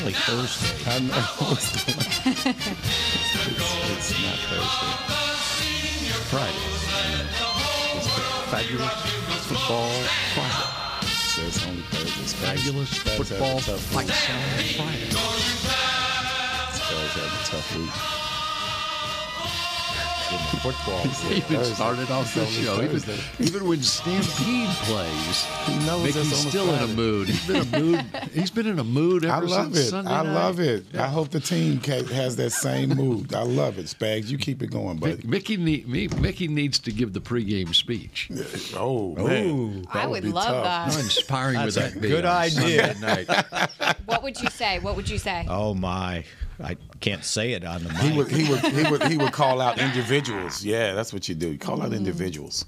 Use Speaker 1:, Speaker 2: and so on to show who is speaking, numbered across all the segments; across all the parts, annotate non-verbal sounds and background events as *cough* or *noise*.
Speaker 1: Only Thursday. I'm, it's, it's not Thursday. Friday. It's fabulous football Friday.
Speaker 2: So it's only Thursdays.
Speaker 1: Fabulous
Speaker 2: Guys have a
Speaker 1: football
Speaker 2: tough week.
Speaker 1: fight song Friday.
Speaker 2: Guys have a tough week.
Speaker 1: Football.
Speaker 3: *laughs*
Speaker 4: even started off the show. Even, even when Stampede plays,
Speaker 2: He knows that's
Speaker 4: Mickey's
Speaker 2: on
Speaker 4: still in
Speaker 2: the
Speaker 4: a
Speaker 2: Friday.
Speaker 4: mood. He's been a mood. He's been in a mood ever
Speaker 2: I love
Speaker 4: since
Speaker 2: it.
Speaker 4: Sunday
Speaker 2: I
Speaker 4: night.
Speaker 2: love it. I hope the team ca- has that same mood. I love it, Spags. You keep it going,
Speaker 4: Mi-
Speaker 2: buddy.
Speaker 4: Mickey, need, me, Mickey needs to give the pregame speech.
Speaker 2: Oh, man. That
Speaker 5: I would
Speaker 2: be
Speaker 5: love
Speaker 2: tough.
Speaker 4: How
Speaker 2: *laughs*
Speaker 4: inspiring
Speaker 1: That's
Speaker 4: would that
Speaker 1: a
Speaker 4: be?
Speaker 1: good
Speaker 4: on
Speaker 1: idea.
Speaker 4: Sunday night.
Speaker 5: What would you say? What would you
Speaker 2: *laughs*
Speaker 5: say?
Speaker 1: Oh my! I can't say it on the mic.
Speaker 2: He would, he would he would he would call out individuals. Yeah, that's what you do. You call out
Speaker 5: Mm-hmm.
Speaker 2: individuals.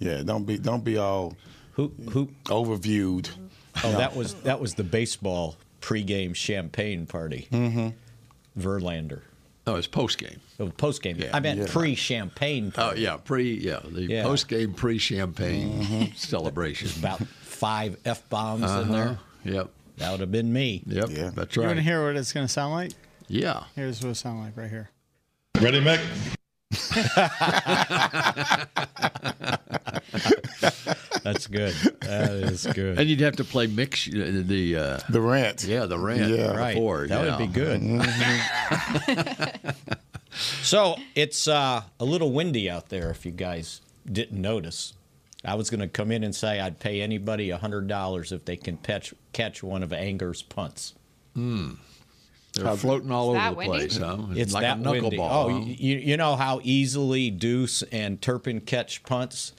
Speaker 2: Yeah, don't be don't be all
Speaker 1: who? Who?
Speaker 2: overviewed.
Speaker 1: Oh, that was that was the baseball pregame champagne party. Mm-hmm. Verlander.
Speaker 4: *laughs* No, it's postgame.
Speaker 1: Oh, postgame.
Speaker 4: Yeah.
Speaker 1: I meant
Speaker 2: Yeah.
Speaker 1: pre-champagne
Speaker 4: Oh
Speaker 1: party.
Speaker 4: yeah, pre yeah the
Speaker 1: Yeah.
Speaker 4: postgame pre champagne celebration. Uh-huh.
Speaker 1: About five f bombs in there.
Speaker 4: Yep.
Speaker 1: That would have been me.
Speaker 4: Yep.
Speaker 2: Yeah.
Speaker 4: That's
Speaker 6: You
Speaker 4: right.
Speaker 6: want to hear what it's going to sound like?
Speaker 4: yeah.
Speaker 6: Here's what it sound like right here.
Speaker 7: Ready, Mick?
Speaker 1: *laughs* That's good. That is good.
Speaker 4: And you'd have to play mix the uh,
Speaker 2: The rant.
Speaker 4: yeah the rant
Speaker 2: Yeah.
Speaker 1: Right.
Speaker 4: before.
Speaker 1: that
Speaker 4: yeah.
Speaker 1: would be good. *laughs* so it's uh, a little windy out there. If you guys didn't notice, I was going to come in and say I'd pay anybody hundred dollars if they can catch catch one of Anger's punts.
Speaker 4: They're floating all
Speaker 5: Is
Speaker 4: over
Speaker 5: that
Speaker 4: the
Speaker 5: windy?
Speaker 4: place. Huh?
Speaker 1: It's
Speaker 4: like
Speaker 1: that
Speaker 4: a
Speaker 1: windy.
Speaker 4: knuckleball.
Speaker 1: Oh,
Speaker 4: huh?
Speaker 1: you, you know how easily Deuce and Turpin catch punts.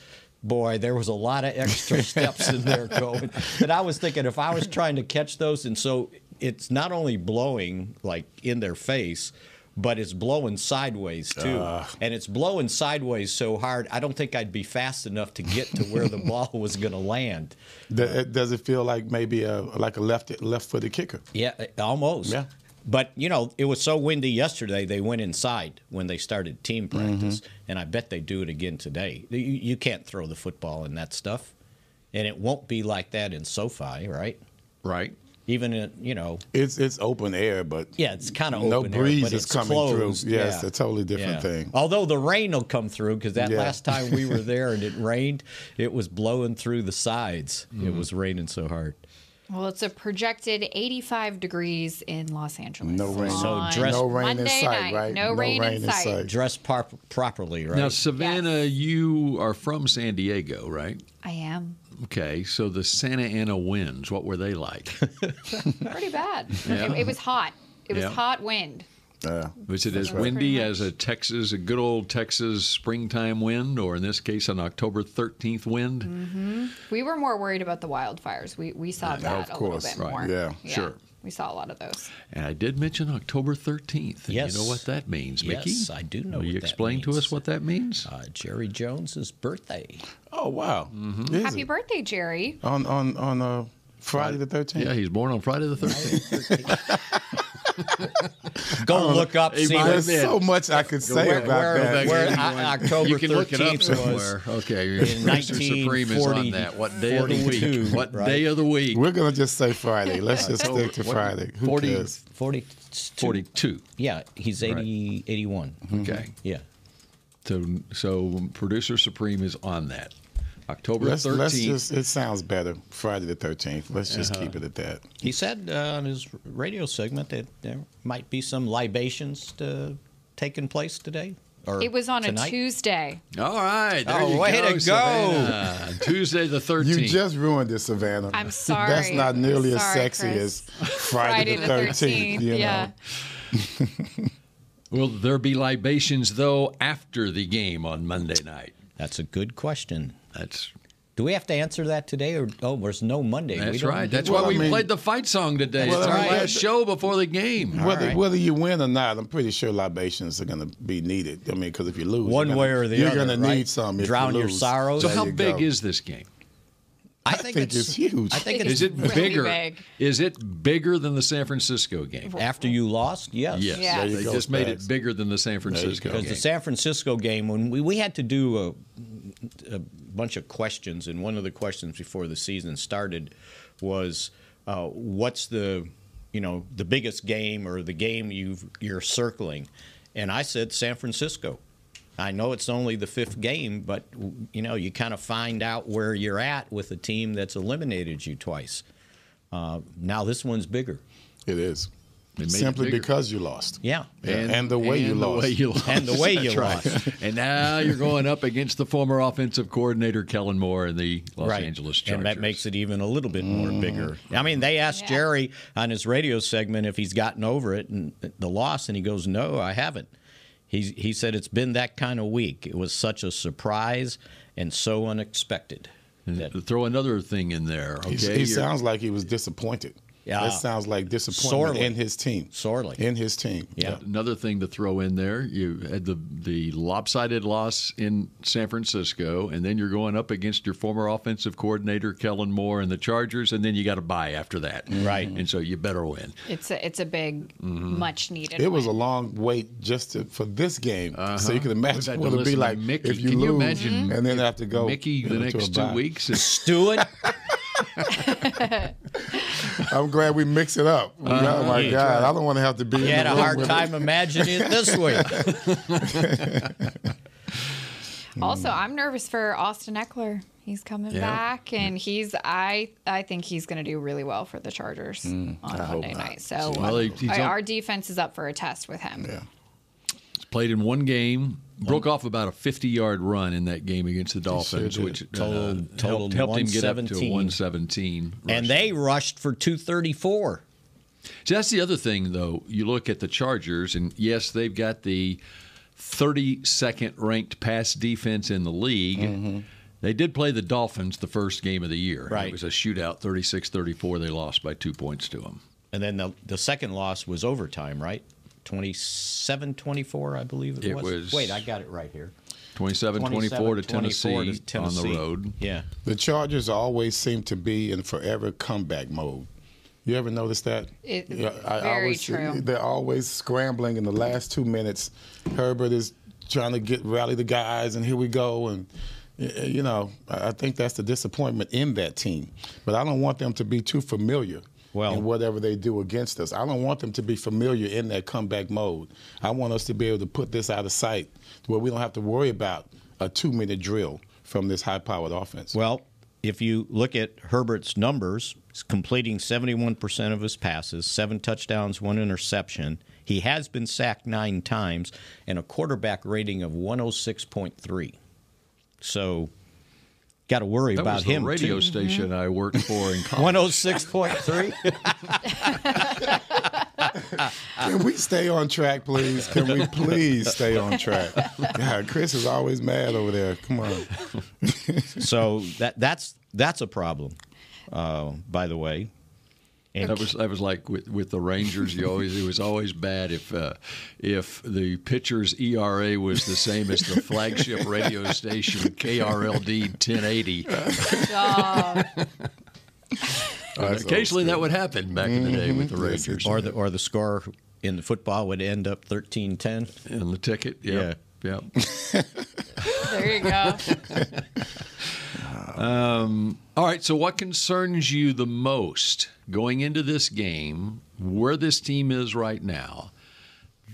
Speaker 1: Boy, there was a lot of
Speaker 4: *laughs*
Speaker 1: extra steps in there going. And I was thinking, if I was trying to catch those, and so it's not only blowing like in their face, but it's blowing sideways too, and it's blowing sideways so hard. I don't think I'd be fast enough to get to
Speaker 4: *laughs*
Speaker 1: where the ball was going to land.
Speaker 2: Th- it- Does it feel like maybe a like a left left footed kicker?
Speaker 1: Yeah, eh, almost.
Speaker 2: Yeah.
Speaker 1: But you know, it was so windy yesterday. They went inside when they started team
Speaker 2: Mm-hmm.
Speaker 1: practice, and I bet they do it again today. You, you can't throw the football in that stuff, and it won't be like that in SoFi, right?
Speaker 4: right.
Speaker 1: Even in, you know,
Speaker 2: It's it's open air, but
Speaker 1: yeah, it's kind of
Speaker 2: no
Speaker 1: open air,
Speaker 2: breeze
Speaker 1: but
Speaker 2: is
Speaker 1: it's
Speaker 2: coming
Speaker 1: closed.
Speaker 2: through. Yeah, it's
Speaker 1: Yeah.
Speaker 2: a totally different
Speaker 1: Yeah.
Speaker 2: thing.
Speaker 1: Although the rain will come through because that
Speaker 2: Yeah.
Speaker 1: last time we were
Speaker 2: *laughs*
Speaker 1: there and it rained, it was blowing through the sides.
Speaker 2: Mm-hmm.
Speaker 1: It was raining so hard.
Speaker 5: Well, it's a projected 85 degrees in Los Angeles.
Speaker 2: No rain.
Speaker 1: So
Speaker 5: on
Speaker 1: dress-
Speaker 2: no rain
Speaker 5: Monday
Speaker 2: in sight,
Speaker 5: night.
Speaker 2: right?
Speaker 5: No, rain, in sight.
Speaker 1: Dress par- properly, right?
Speaker 4: Now, Savannah, you are from San Diego, right?
Speaker 5: I *laughs* am
Speaker 4: Okay, so the Santa Ana winds, what were they *laughs* like?
Speaker 5: pretty bad. It, it was hot. It was
Speaker 4: Yeah.
Speaker 5: hot wind.
Speaker 4: Was it as
Speaker 5: That's
Speaker 4: windy
Speaker 5: pretty
Speaker 4: as a Texas, a good old Texas springtime wind, or in this case, an October 13th wind?
Speaker 5: Mm-hmm. We were more worried about the wildfires. We we saw that
Speaker 2: of course.
Speaker 5: a little bit
Speaker 2: Right.
Speaker 5: more.
Speaker 2: Yeah,
Speaker 4: sure.
Speaker 5: We saw a lot of those.
Speaker 4: And I did mention October 13th. and
Speaker 1: Yes.
Speaker 4: You know what that means, Mickey?
Speaker 1: Yes, I do know
Speaker 4: Will you
Speaker 1: what that
Speaker 4: explain to
Speaker 1: means.
Speaker 4: us what that means?
Speaker 1: uh, Jerry Jones's *laughs* birthday.
Speaker 2: Oh wow! Is
Speaker 5: Happy
Speaker 2: it?
Speaker 5: birthday, Jerry.
Speaker 2: on on on uh, Friday the thirteenth.
Speaker 4: yeah, he's born on Friday the 13th.
Speaker 1: Go look up, see
Speaker 4: might
Speaker 1: where,
Speaker 4: have
Speaker 2: There's
Speaker 4: been.
Speaker 2: so much I could say
Speaker 1: where,
Speaker 2: about
Speaker 1: where,
Speaker 2: that.
Speaker 1: where O- October
Speaker 4: you can look it up
Speaker 1: 13th was.
Speaker 4: somewhere. Okay, Mr. Supreme is
Speaker 1: 1940
Speaker 4: on that. What day of the week?
Speaker 1: 42,
Speaker 4: What
Speaker 1: right?
Speaker 4: day of the week?
Speaker 2: We're gonna just say Friday. Let's just stick to
Speaker 4: What-
Speaker 2: Friday. Who
Speaker 4: 40
Speaker 2: cares?
Speaker 1: 42.
Speaker 4: 42.
Speaker 1: Yeah, he's 80, 81.
Speaker 2: Mm-hmm.
Speaker 4: Okay.
Speaker 1: Yeah.
Speaker 4: So, so producer supreme is on that. October
Speaker 2: Let's,
Speaker 4: 13th.
Speaker 2: let's just. It sounds better. Friday the thirteenth. Let's just keep it at that.
Speaker 1: He said uh, on his radio segment that there might be some libations to, taking place today. Or
Speaker 5: It was on
Speaker 1: tonight.
Speaker 5: a Tuesday.
Speaker 4: All right. There
Speaker 1: Oh,
Speaker 4: you
Speaker 1: way
Speaker 4: go,
Speaker 1: to go.
Speaker 4: Savannah. Tuesday the 13th.
Speaker 2: *laughs* You just ruined it, Savannah.
Speaker 5: I'm sorry.
Speaker 2: *laughs* That's not nearly as
Speaker 5: Sorry,
Speaker 2: sexy
Speaker 5: Chris.
Speaker 2: as Friday, the thirteenth. You know.
Speaker 5: yeah.
Speaker 4: Will there be libations, though, after the game on Monday night?
Speaker 1: That's a good question.
Speaker 4: That's
Speaker 1: Do we have to answer that today, or oh, there's no Monday? we
Speaker 4: That's
Speaker 1: don't
Speaker 4: right.
Speaker 1: do
Speaker 4: That's
Speaker 1: that.
Speaker 4: why
Speaker 2: Well, I
Speaker 4: we
Speaker 2: mean-
Speaker 4: played the fight song today.
Speaker 2: Well,
Speaker 4: it's
Speaker 2: I
Speaker 4: our
Speaker 2: mean,
Speaker 4: last
Speaker 2: that-
Speaker 4: show before the game.
Speaker 2: Whether,
Speaker 1: right.
Speaker 2: whether you win or not, I'm pretty sure libations are going to be needed. I mean, because if you lose,
Speaker 1: One
Speaker 2: you're gonna-
Speaker 1: way or the
Speaker 2: you're
Speaker 1: other,
Speaker 2: gonna
Speaker 1: right?
Speaker 2: need some. if
Speaker 1: Drown
Speaker 2: you
Speaker 1: your
Speaker 2: lose.
Speaker 1: sorrows.
Speaker 4: So
Speaker 1: There
Speaker 4: how
Speaker 2: you
Speaker 4: big
Speaker 2: go.
Speaker 4: is this game?
Speaker 1: I think,
Speaker 2: think it's huge.
Speaker 1: I think it's
Speaker 4: Is it
Speaker 5: Really
Speaker 4: bigger?
Speaker 5: big.
Speaker 4: Is it bigger than the San Francisco game?
Speaker 1: after you lost. Yes.
Speaker 4: Yes.
Speaker 5: Yeah. There you
Speaker 4: They
Speaker 2: go,
Speaker 4: just made
Speaker 2: Spags.
Speaker 4: it bigger than the San Francisco
Speaker 1: Because
Speaker 4: game.
Speaker 1: the San Francisco game, when we, we had to do a, a bunch of questions, and one of the questions before the season started was, uh, "What's the, you know, the biggest game or the game you you're circling?" And I said San Francisco. I know it's only the fifth game, but you know you kind of find out where you're at with a team that's eliminated you twice. Uh, now this one's bigger.
Speaker 2: It is.
Speaker 4: They made it
Speaker 2: Simply
Speaker 4: bigger.
Speaker 2: because you lost.
Speaker 1: Yeah.
Speaker 2: And, the way you
Speaker 4: and the
Speaker 2: lost.
Speaker 4: way *laughs* you lost.
Speaker 1: And the way you
Speaker 4: That's right.
Speaker 1: lost.
Speaker 4: And now you're going up against the former offensive coordinator Kellen Moore and the Los Angeles Chargers. Mm.
Speaker 1: And that makes it even a little bit more bigger. I mean, they asked
Speaker 5: Yeah.
Speaker 1: Jerry on his radio segment if he's gotten over it and the loss, and he goes, "No, I haven't." He he said it's been that kind of week. It was such a surprise and so unexpected. That
Speaker 4: Throw another thing in there. Okay.
Speaker 2: He- he
Speaker 4: You're-
Speaker 2: sounds like he was disappointed.
Speaker 1: Yeah.
Speaker 2: It sounds like disappointment
Speaker 1: Sorely.
Speaker 2: in his team.
Speaker 1: Sorely.
Speaker 2: In his team.
Speaker 1: Yeah.
Speaker 4: Another thing to throw in there, you had the the lopsided loss in San Francisco, and then you're going up against your former offensive coordinator Kellen Moore and the Chargers, and then you got to buy after that,
Speaker 1: Right.
Speaker 4: And so you better win.
Speaker 5: It's a it's a big, much needed.
Speaker 2: It was a
Speaker 5: win.
Speaker 2: long wait just to, for this game,
Speaker 4: Uh-huh.
Speaker 2: so you can
Speaker 4: We've had
Speaker 2: imagine
Speaker 4: to
Speaker 2: what it'd
Speaker 4: listen
Speaker 2: be
Speaker 4: to
Speaker 2: like
Speaker 4: Mickey.
Speaker 2: if you
Speaker 4: Can
Speaker 2: lose,
Speaker 4: you imagine
Speaker 2: and then have to go
Speaker 4: Mickey,
Speaker 2: Oh, you
Speaker 4: the
Speaker 2: know, to a
Speaker 4: next two
Speaker 2: bye.
Speaker 4: weeks, is
Speaker 1: Stewart,
Speaker 4: *laughs*
Speaker 2: I'm glad we mix it up.
Speaker 4: Uh-huh.
Speaker 2: oh my
Speaker 1: Yeah.
Speaker 2: God, I don't want to have to be.
Speaker 1: you
Speaker 2: in
Speaker 1: had
Speaker 2: the
Speaker 1: a
Speaker 2: room
Speaker 1: hard
Speaker 2: with
Speaker 1: time imagining it this
Speaker 4: *laughs*
Speaker 1: week.
Speaker 5: Also, I'm nervous for Austin Eckler. He's coming
Speaker 4: Yeah.
Speaker 5: back, and he's I I think he's going to do really well for the Chargers on Monday night. So
Speaker 4: Well, he- he's
Speaker 5: our,
Speaker 4: up-
Speaker 5: our defense is up for a test with him. *laughs*
Speaker 2: Yeah.
Speaker 4: played in one game, broke off about a 50 yard run in that game against the Dolphins,
Speaker 2: did.
Speaker 4: which uh,
Speaker 1: Total-
Speaker 4: helped,
Speaker 1: totaled
Speaker 4: helped him get up to a
Speaker 1: 117.
Speaker 4: 117.
Speaker 1: And
Speaker 4: rush.
Speaker 1: they rushed for 234.
Speaker 4: See, that's the other thing, though. You look at the Chargers, and yes, they've got the 32nd ranked pass defense in the league. They did play the Dolphins the first game of the year. and
Speaker 1: Mm-hmm. Right.
Speaker 4: It was a shootout 36 34. They lost by two points to them.
Speaker 1: And then the, the second loss was overtime, right? 27 24, I believe it,
Speaker 4: It
Speaker 1: was.
Speaker 4: was-
Speaker 1: Wait, I got it right here.
Speaker 4: 27 24 to Tennessee,
Speaker 1: 27-24 to
Speaker 4: on
Speaker 1: Tennessee.
Speaker 4: the road.
Speaker 1: Yeah.
Speaker 2: The Chargers always seem to be in forever comeback mode. You ever notice that?
Speaker 5: It- very
Speaker 2: always,
Speaker 5: true.
Speaker 2: They're always scrambling in the last two minutes. Herbert is trying to get rally the guys, and here we go. And y- y- you know, I I think that's the disappointment in that team. But I don't want them to be too familiar.
Speaker 1: Well-
Speaker 2: in whatever they do against us, I don't want them to be familiar in that comeback mode. I want us to be able to put this out of sight, where we don't have to worry about a two-minute drill from this high-powered offense.
Speaker 1: Well, if you look at Herbert's numbers, he's completing 71% of his passes, seven touchdowns, one interception. He has been sacked nine times and a quarterback rating of 106.3. So, got to worry
Speaker 4: That
Speaker 1: about
Speaker 4: was the
Speaker 1: him.
Speaker 4: radio
Speaker 1: too. Mm-hmm.
Speaker 4: station I worked for in college. *laughs*
Speaker 1: 106.3?
Speaker 2: Can we stay on track, please? Can we please stay on track? God, Chris is always mad over there. Come on.
Speaker 1: so, that, that's, that's a problem, uh, by the way.
Speaker 4: That was that was like with, with the Rangers. You always it was always bad if uh, if the pitcher's ERA was the same as the flagship radio station
Speaker 1: *laughs*
Speaker 4: KRLD 1080.
Speaker 5: Oh,
Speaker 2: That's
Speaker 4: Occasionally
Speaker 2: old
Speaker 4: that would happen back in the day with the
Speaker 2: Yes,
Speaker 4: Rangers.
Speaker 1: Mm-hmm. Or the, or the score in the football would end up 13 10.
Speaker 4: and the ticket, yeah, yeah.
Speaker 5: there you go.
Speaker 4: All right. So what concerns you the most going into this game? Where this team is right now,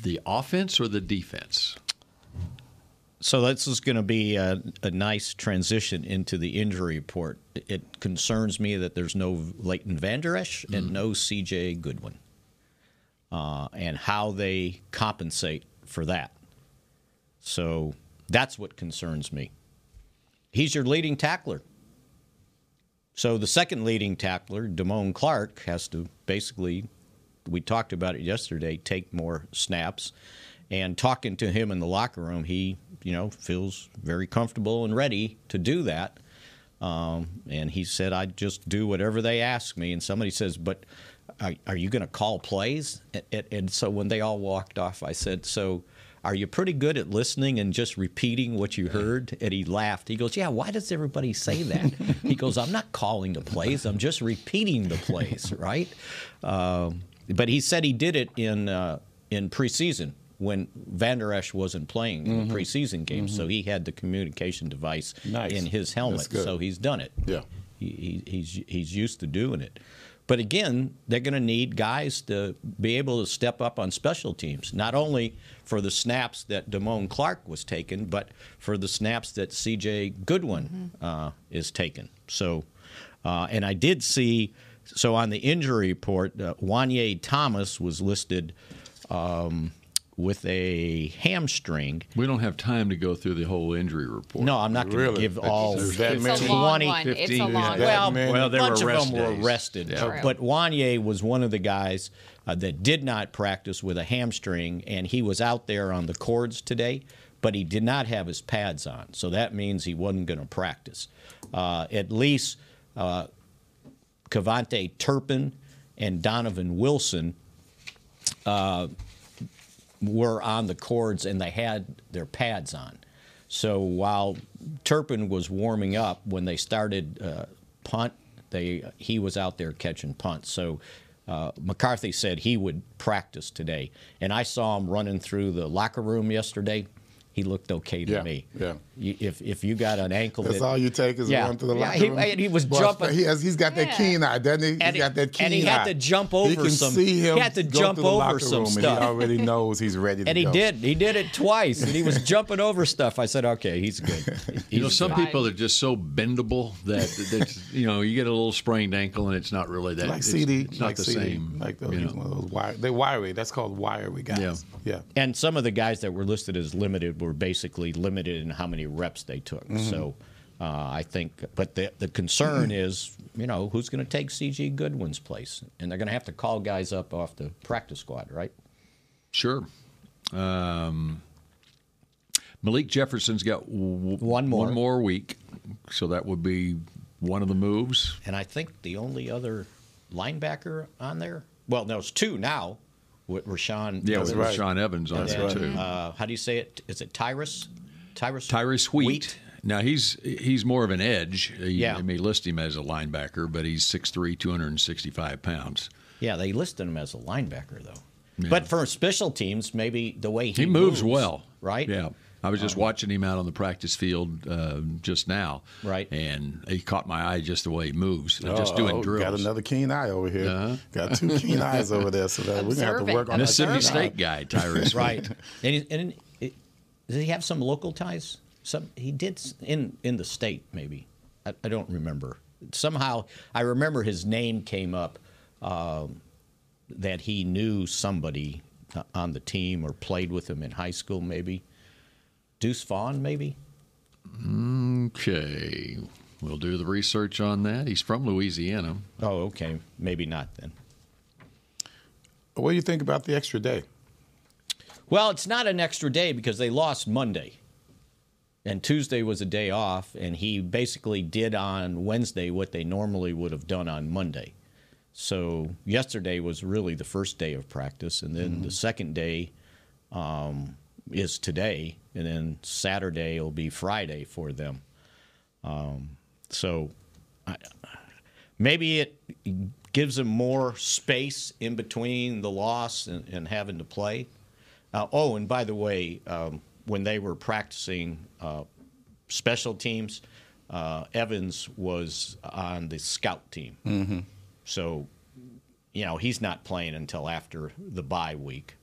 Speaker 4: the offense or the defense?
Speaker 1: So this is going to be a, a nice transition into the injury report. It concerns me that there's no Leighton Vander Esch and no C.J. Goodwin, uh, and how they compensate for that. So that's what concerns me. He's your leading tackler. So the second leading tackler, Damone Clark, has to basically, we talked about it yesterday, take more snaps. And talking to him in the locker room, he, you know, feels very comfortable and ready to do that. Um, and he said, I just do whatever they ask me. And somebody says, But are, are you going to call plays? And, and, and so when they all walked off, I said, So are you pretty good at listening and just repeating what you heard? And he laughed. He goes, Yeah, why does everybody say that? he goes, I'm not calling the plays, I'm just repeating the plays, *laughs* right? Um, but he said he did it in, uh, in preseason when Van Der Esch wasn't playing in the preseason games. So he had the communication device
Speaker 2: Mm-hmm. Nice.
Speaker 1: in his helmet.
Speaker 2: That's good.
Speaker 1: So he's done it.
Speaker 2: Yeah.
Speaker 1: He, he, he's, he's used to doing it. But again, they're going to need guys to be able to step up on special teams, not only for the snaps that Damone Clark was taken, but for the snaps that CJ Goodwin
Speaker 2: Mm-hmm.
Speaker 1: uh, is taken. So, uh, and I did see, so on the injury report, uh, Wanye Thomas was listed um, with a hamstring.
Speaker 4: We don't have time to go through the whole injury report.
Speaker 1: No, I'm not going to
Speaker 2: Really?
Speaker 1: give
Speaker 2: That's-
Speaker 1: all
Speaker 2: there's that
Speaker 5: It's
Speaker 2: many.
Speaker 5: a long
Speaker 1: 20,
Speaker 5: one. It's a
Speaker 4: 15,
Speaker 5: long
Speaker 2: yeah.
Speaker 5: one.
Speaker 1: well,
Speaker 2: man.
Speaker 1: well
Speaker 4: Well,
Speaker 1: a
Speaker 4: there were
Speaker 1: bunch of
Speaker 4: rest
Speaker 1: them were
Speaker 4: days.
Speaker 1: arrested.
Speaker 4: Yeah.
Speaker 5: True.
Speaker 1: But Wanye was one of the guys uh, that did not practice with a hamstring, and he was out there on the cords today, but he did not have his pads on. So that means he wasn't going to practice. Uh, at least uh, Cavante Turpin and Donovan Wilson were on the cords and they had their pads on. So while Turpin was warming up when they started uh, punt, they he was out there catching punts. So uh, McCarthy said he would practice today, and I saw him running through the locker room yesterday. He looked okay to
Speaker 2: Yeah,
Speaker 1: me.
Speaker 2: yeah.
Speaker 1: You- If if you got an ankle,
Speaker 2: That's
Speaker 1: that-
Speaker 2: all you take is
Speaker 1: yeah.
Speaker 2: run through the
Speaker 1: yeah,
Speaker 2: locker
Speaker 1: he,
Speaker 2: room.
Speaker 1: and he was
Speaker 2: Boy,
Speaker 1: jumping.
Speaker 2: He has, he's got that
Speaker 5: Yeah.
Speaker 2: keen eye, doesn't he? He's
Speaker 1: And he-
Speaker 2: got that keen
Speaker 1: and he had
Speaker 2: eye.
Speaker 1: to jump
Speaker 2: he
Speaker 1: over
Speaker 2: can
Speaker 1: some-
Speaker 2: See him
Speaker 1: he had to
Speaker 2: go
Speaker 1: jump
Speaker 2: through the
Speaker 1: over
Speaker 2: locker
Speaker 1: some
Speaker 2: room and
Speaker 1: stuff.
Speaker 2: He already knows he's ready to
Speaker 1: and he
Speaker 2: go.
Speaker 1: did. He did it twice, and he was *laughs* jumping over stuff. I said, "Okay, he's good."
Speaker 4: *laughs* You know,
Speaker 1: He's
Speaker 4: some
Speaker 1: good.
Speaker 4: people are just so bendable
Speaker 1: *laughs*
Speaker 4: that, that you know you get a little sprained ankle and it's not really that.
Speaker 2: Like
Speaker 4: it's,
Speaker 2: CD,
Speaker 4: it's not
Speaker 2: like
Speaker 4: the
Speaker 2: CD,
Speaker 4: same.
Speaker 2: Like those,
Speaker 4: you
Speaker 2: he's
Speaker 4: know.
Speaker 2: one of those wire, they wiry. That's called wiry guys.
Speaker 4: Yeah.
Speaker 2: yeah.
Speaker 1: and some of the guys that were listed as limited were basically limited in how many reps they took. So uh, I think, but the the concern is, you know, who's going to take CG Goodwin's place, and they're going to have to call guys up off the practice squad, right?
Speaker 4: Sure. Um, Malik Jefferson's got w-
Speaker 1: One more.
Speaker 4: one more week, so that would be one of the moves.
Speaker 1: And I think the only other linebacker on there, well, no, it's two now. With Rashawn,
Speaker 4: Yeah,
Speaker 1: Evans
Speaker 4: with
Speaker 2: right.
Speaker 4: Sean Evans on
Speaker 1: and,
Speaker 4: there too.
Speaker 1: uh, how do you say it? Is it Tyrus? Tyrus.
Speaker 4: Tyrese Wheat. Now he's he's more of an edge. You
Speaker 1: Yeah.
Speaker 4: may list him as a linebacker, but he's 6'3", 265 pounds.
Speaker 1: Yeah, they listed him as a linebacker though. But for special teams, maybe the way he,
Speaker 4: He moves well,
Speaker 1: right? Uh-huh.
Speaker 4: Yeah. I was just watching him out on the practice field uh, just now,
Speaker 1: Right.
Speaker 4: And he caught my eye just the way he moves, They're just
Speaker 2: Uh-oh,
Speaker 4: doing drills.
Speaker 2: Oh,
Speaker 4: Uh-huh.
Speaker 2: Got
Speaker 1: *laughs*
Speaker 2: another keen eye over here. Got two
Speaker 4: *laughs*
Speaker 2: keen eyes over there. So that we're gonna have to
Speaker 5: Observant.
Speaker 2: work on that
Speaker 4: Mississippi
Speaker 2: keen
Speaker 4: State
Speaker 2: eye.
Speaker 4: guy,
Speaker 1: *laughs*
Speaker 4: Tyrese. *laughs*
Speaker 1: right? And, he, and it, did he have some local ties? Some he did s- in in the state, maybe. I, I don't remember. Somehow, I remember his name came up um, that he knew somebody uh, on the team or played with him in high school, maybe. Deuce Vaughn, maybe.
Speaker 4: Okay, we'll do the research on that. He's from Louisiana.
Speaker 1: Oh, okay, maybe not then.
Speaker 2: What do you think about the extra day?
Speaker 1: Well, it's not an extra day because they lost Monday. And Tuesday was a day off, and he basically did on Wednesday what they normally would have done on Monday. So yesterday was really the first day of practice, and then the second day um, is today, and then Saturday will be Friday for them. Um, so maybe it gives them more space in between the loss and, and having to play. Uh, oh, and by the way, um, when they were practicing uh, special teams, uh, Evans was on the scout team. So, you know, he's not playing until after the bye week.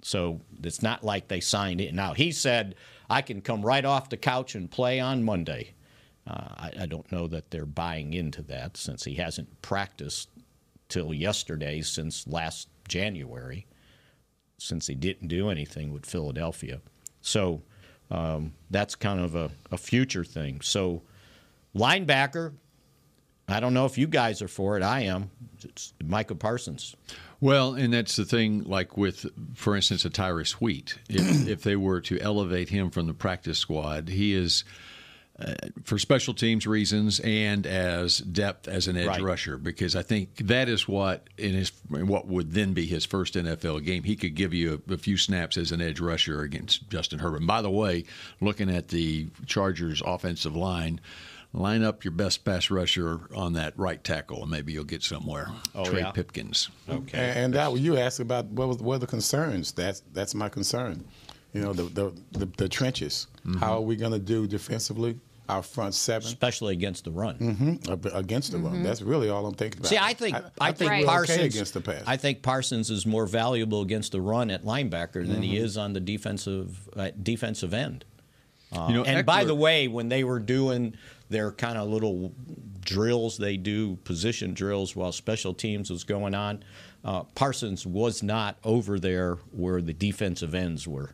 Speaker 1: So it's not like they signed it. Now he said, "I can come right off the couch and play on Monday." Uh, I, I don't know that they're buying into that since he hasn't practiced till yesterday since last January, since he didn't do anything with Philadelphia. So um, that's kind of a, a future thing. So linebacker, I don't know if you guys are for it. I am. It's Micah Parsons.
Speaker 4: Well, and that's the thing. Like with, for instance,
Speaker 1: *clears throat*
Speaker 4: a Tyrus Wheat, if, if they were to elevate him from the practice squad, he is uh, for special teams reasons and as depth as an edge
Speaker 1: Right.
Speaker 4: rusher because I think that is what in his what would then be his first NFL game he could give you a, a few snaps as an edge rusher against Justin Herbert. And by the way, looking at the Chargers offensive line, line up your best pass rusher on that right tackle and maybe you'll get somewhere.
Speaker 1: Oh,
Speaker 4: Trey
Speaker 1: yeah?
Speaker 4: Pipkins.
Speaker 1: Okay.
Speaker 2: And, and that you asked about what was what are the concerns. That's that's my concern. You know, the the, the, the trenches.
Speaker 1: Mm-hmm.
Speaker 2: How are we going to do defensively? Our front seven
Speaker 1: especially against the run.
Speaker 2: ab- against the run. That's really all I'm thinking about.
Speaker 1: See, I think I, think
Speaker 5: Right.
Speaker 2: we're
Speaker 1: Parsons
Speaker 2: okay against the pass.
Speaker 1: I think Parsons is more valuable against the run at linebacker than he is on the defensive uh, defensive end. Uh,
Speaker 4: You know,
Speaker 1: and by
Speaker 4: Eckler-
Speaker 1: the way, when they were doing their kind of little drills, they do position drills while special teams was going on. Uh, Parsons was not over there where the defensive ends were.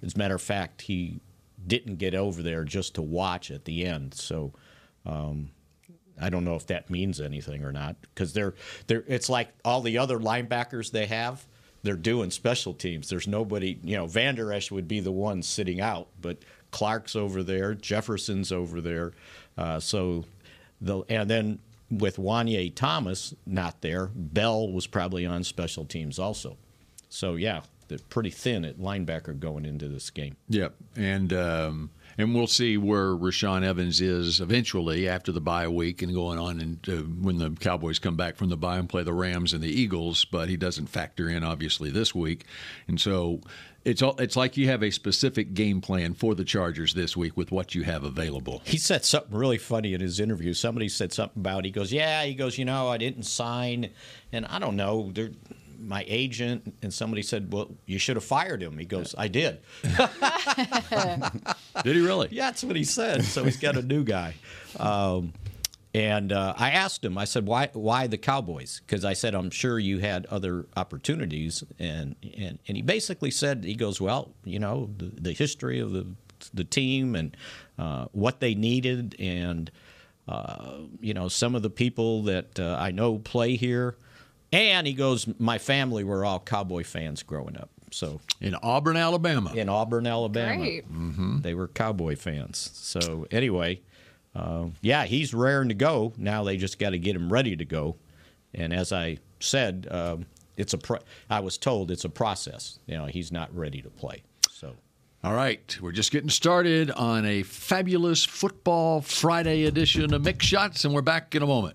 Speaker 1: As a matter of fact, he didn't get over there just to watch at the end. So. I don't know if that means anything or not because they're they're it's like all the other linebackers they have they're doing special teams. There's nobody you know Van Der Esch would be the one sitting out, but Clark's over there, Jefferson's over there, uh, so the and then with Wanye Thomas not there, Bell was probably on special teams also. So yeah, they're pretty thin at linebacker going into this game.
Speaker 4: Yep, and um, and we'll see where Rashawn Evans is eventually after the bye week and going on and uh, when the Cowboys come back from the bye and play the Rams and the Eagles. But he doesn't factor in obviously this week, and so it's all it's like you have a specific game plan for the Chargers this week with what you have
Speaker 1: *laughs*
Speaker 4: available.
Speaker 1: He said something really funny in his interview. Somebody said something about he goes, yeah, he goes, you know, I didn't sign, and I don't know, they're- my agent, and somebody said, well, you should have fired him. He goes, I did.
Speaker 4: Did he really?
Speaker 1: Yeah, that's what he said. So he's got a new guy. Um, and uh, I asked him, I said, why, why the Cowboys? Because I said, I'm sure you had other opportunities. And, and, and he basically said, he goes, well, you know, the, the history of the, the team and uh, what they needed. And, uh, you know, some of the people that uh, I know play here. And he goes, my family were all Cowboy fans growing up. So
Speaker 4: In Auburn, Alabama.
Speaker 1: in Auburn, Alabama.
Speaker 5: Great.
Speaker 1: They were cowboy fans. So anyway, uh, yeah, he's raring to go. Now they just got to get him ready to go. And as I said, um, it's a. Pro- I was told it's a process. You know, he's not ready to play. So
Speaker 4: All right, we're just getting started on a fabulous football Friday edition of Mix Shots, and we're back in a moment.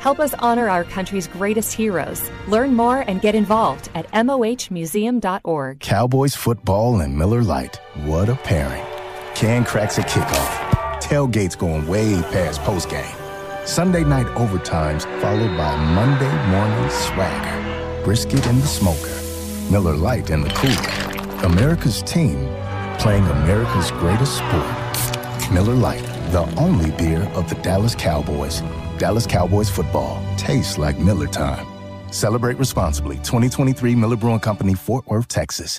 Speaker 3: Help us honor our country's greatest heroes. Learn more and get involved at mohmuseum.org.
Speaker 8: Cowboys football and Miller Lite. What a pairing. Can cracks a kickoff. Tailgates going way past postgame. Sunday night overtimes followed by Monday morning swagger. Brisket in the smoker. Miller Lite in the cooler. America's team playing America's greatest sport. Miller Lite, the only beer of the Dallas Cowboys. Dallas Cowboys football tastes like Miller time. Celebrate responsibly. 2023 Miller Brewing Company, Fort Worth, Texas.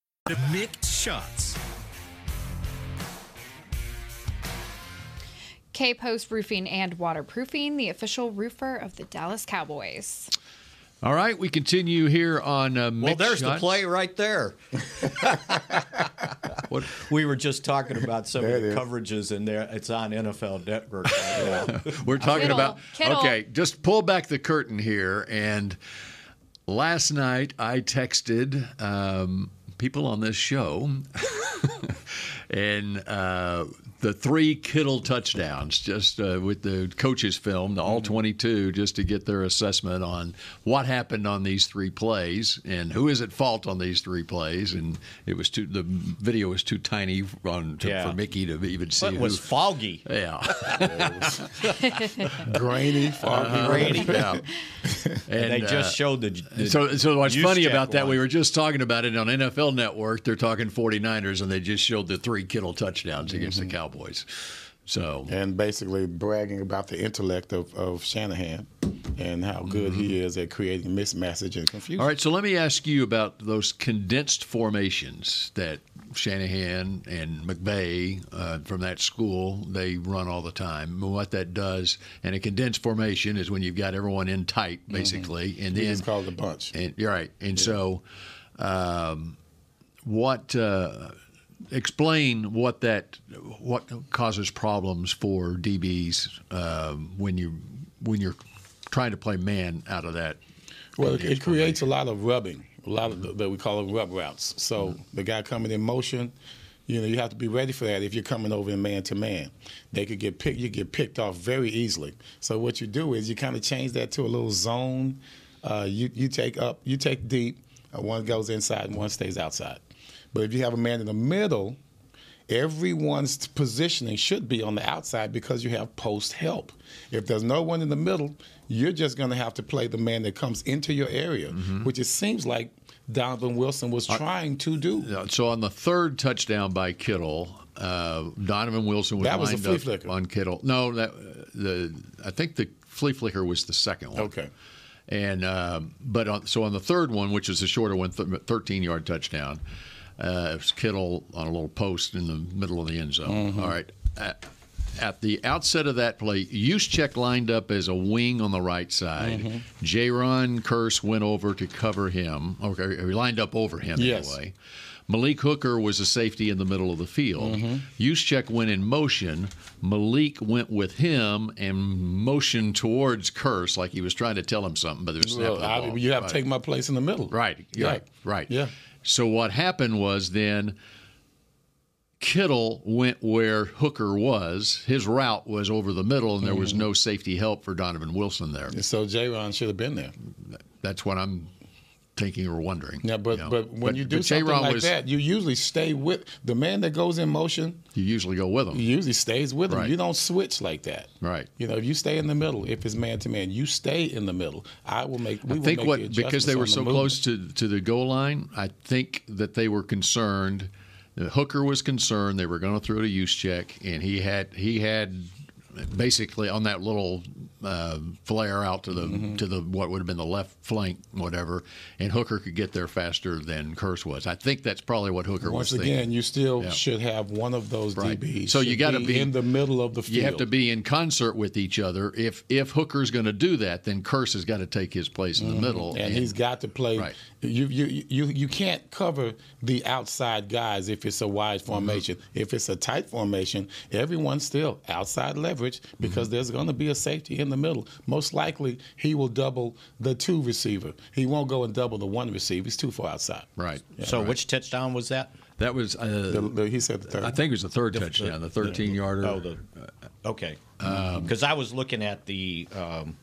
Speaker 9: Mixed shots.
Speaker 5: K Post Roofing and Waterproofing, the official roofer of the Dallas Cowboys.
Speaker 4: All right, we continue here on uh,
Speaker 1: Well,
Speaker 4: mixed
Speaker 1: there's the
Speaker 4: shots.
Speaker 1: play right
Speaker 4: *laughs*
Speaker 1: there.
Speaker 4: what
Speaker 1: we were just talking about some
Speaker 4: There
Speaker 1: of
Speaker 4: it
Speaker 1: the
Speaker 4: is.
Speaker 1: coverages in there. It's on NFL Network.
Speaker 4: *laughs*
Speaker 1: right now.
Speaker 4: We're talking
Speaker 1: Kittle,
Speaker 4: about
Speaker 1: Kittle.
Speaker 4: okay. Just pull back the curtain here, and last night I texted um, people on this show, *laughs* and uh, the three Kittle touchdowns, just uh, with the coaches' film, the
Speaker 1: Mm-hmm.
Speaker 4: all twenty-two, just to get their assessment on what happened on these three plays and who is at fault on these three plays. And it was too the video was too tiny on to,
Speaker 1: Yeah.
Speaker 4: for Mickey to even see.
Speaker 1: It was
Speaker 4: who-
Speaker 1: foggy.
Speaker 4: Yeah.
Speaker 1: *laughs*
Speaker 4: *laughs*
Speaker 2: Grainy, foggy.
Speaker 1: Uh-huh.
Speaker 4: Grainy. Yeah. *laughs*
Speaker 1: And they just showed the- the
Speaker 4: uh, so, so what's
Speaker 1: use
Speaker 4: funny
Speaker 1: check
Speaker 4: about that,
Speaker 1: one.
Speaker 4: we were just talking about it on NFL Network. They're talking 49ers, and they just showed the three Kittle touchdowns against
Speaker 1: Mm-hmm.
Speaker 4: the Cowboys. So
Speaker 2: and basically bragging about the intellect of, of Shanahan and how good
Speaker 1: Mm-hmm.
Speaker 2: he is at creating mismatch and confusion.
Speaker 4: All right, so let me ask you about those condensed formations that Shanahan and McVay uh, from that school they run all the time. And What that does, and a condensed formation is when you've got everyone in tight, basically, and then
Speaker 2: We Mm-hmm. just call it a bunch.
Speaker 4: And you're right, and so um, what? Uh, explain what that what causes problems for DBs um, when you when you're trying to play man out of that.
Speaker 2: Well, it,
Speaker 4: condensed
Speaker 2: it creates a lot of rubbing, a lot of that we call them rub routes. So the guy coming in motion, you know, you have to be ready for that. If you're coming over in man to man, they could get picked. You get picked off very easily. So what you do is you kind of change that to a little zone. Uh, you you take up, you take deep. Uh, one goes inside, and one stays outside. But if you have a man in the middle, Everyone's positioning should be on the outside because you have post help. If there's no one in the middle, you're just going to have to play the man that comes into your area,
Speaker 4: Mm-hmm.
Speaker 2: which it seems like Donovan Wilson was trying to do.
Speaker 4: Uh, Yeah, So on the third touchdown by Kittle, uh, Donovan Wilson was
Speaker 2: That was a
Speaker 4: lined
Speaker 2: flea
Speaker 4: up
Speaker 2: flicker.
Speaker 4: on Kittle. No, that the I think the flea flicker was the second one.
Speaker 2: Okay.
Speaker 4: And um, but on, so on the third one, which is the shorter one, thirteen yard touchdown, uh, it was Kittle on a little post in the middle of the end zone.
Speaker 2: Mhm.
Speaker 4: All right. At, at the outset of that play, Juszczyk lined up as a wing on the right side.
Speaker 2: Mhm.
Speaker 4: Jaron Curse went over to cover him. Okay, he lined up over him
Speaker 2: Yes.
Speaker 4: anyway. Malik Hooker was a safety in the middle of the field.
Speaker 2: Mhm.
Speaker 4: Juszczyk went in motion. Malik went with him and motioned towards Curse like he was trying to tell him something, but there was
Speaker 2: Well, I- you have to take my place in the middle.
Speaker 4: Right.
Speaker 2: Yeah.
Speaker 4: Right. Right. Yeah. So what happened was then Kittle went where Hooker was. His route was over the middle, and there was
Speaker 2: Mm-hmm.
Speaker 4: no safety help for Donovan Wilson there.
Speaker 2: So Jaron should have been there.
Speaker 4: That's what I'm thinking or wondering.
Speaker 2: Yeah,
Speaker 4: you
Speaker 2: but,
Speaker 4: know.
Speaker 2: but when you do
Speaker 4: but
Speaker 2: something
Speaker 4: J-Ron
Speaker 2: like
Speaker 4: was-
Speaker 2: that, you usually stay with the man that goes in motion.
Speaker 4: You usually go with him.
Speaker 2: Usually stays with him.
Speaker 4: Right.
Speaker 2: You don't switch like that.
Speaker 4: Right.
Speaker 2: You know, if you stay in the middle, if it's man to man, you stay in the middle. I will make. We
Speaker 4: I
Speaker 2: will
Speaker 4: think
Speaker 2: make the
Speaker 4: what because they
Speaker 2: adjustments
Speaker 4: were
Speaker 2: on the
Speaker 4: so
Speaker 2: movement.
Speaker 4: close to to the goal line, I think that they were concerned. that Hooker was concerned they were going to throw to Juszczyk, and he had he had basically on that little uh, flare out to the
Speaker 2: Mm-hmm.
Speaker 4: to the what would have been the left flank, whatever, and Hooker could get there faster than Curse was. I think that's probably what Hooker
Speaker 2: Once
Speaker 4: was
Speaker 2: again,
Speaker 4: thinking.
Speaker 2: you still
Speaker 4: Yeah.
Speaker 2: should have one of those
Speaker 4: Right.
Speaker 2: DBs.
Speaker 4: So you
Speaker 2: should
Speaker 4: gotta be-
Speaker 2: in the middle of the field.
Speaker 4: You have to be in concert with each other. If if Hooker's going to do that, then Curse has got to take his place in the
Speaker 2: Mhm.
Speaker 4: middle,
Speaker 2: and, he's got to play.
Speaker 4: Right.
Speaker 2: You, you you you can't cover the outside guys if it's a wide formation.
Speaker 4: Mm-hmm.
Speaker 2: If it's a tight formation, everyone's still outside leverage because
Speaker 4: Mm-hmm.
Speaker 2: there's going to be a safety in the middle. Most likely, he will double the two receiver. He won't go and double the one receiver. He's too far outside.
Speaker 4: right.
Speaker 1: so which touchdown was that?
Speaker 4: That was uh,
Speaker 2: The- the- he said the third.
Speaker 4: I think it was the third touchdown, the 13 yarder.
Speaker 1: Oh, the okay. Because I was looking at the um,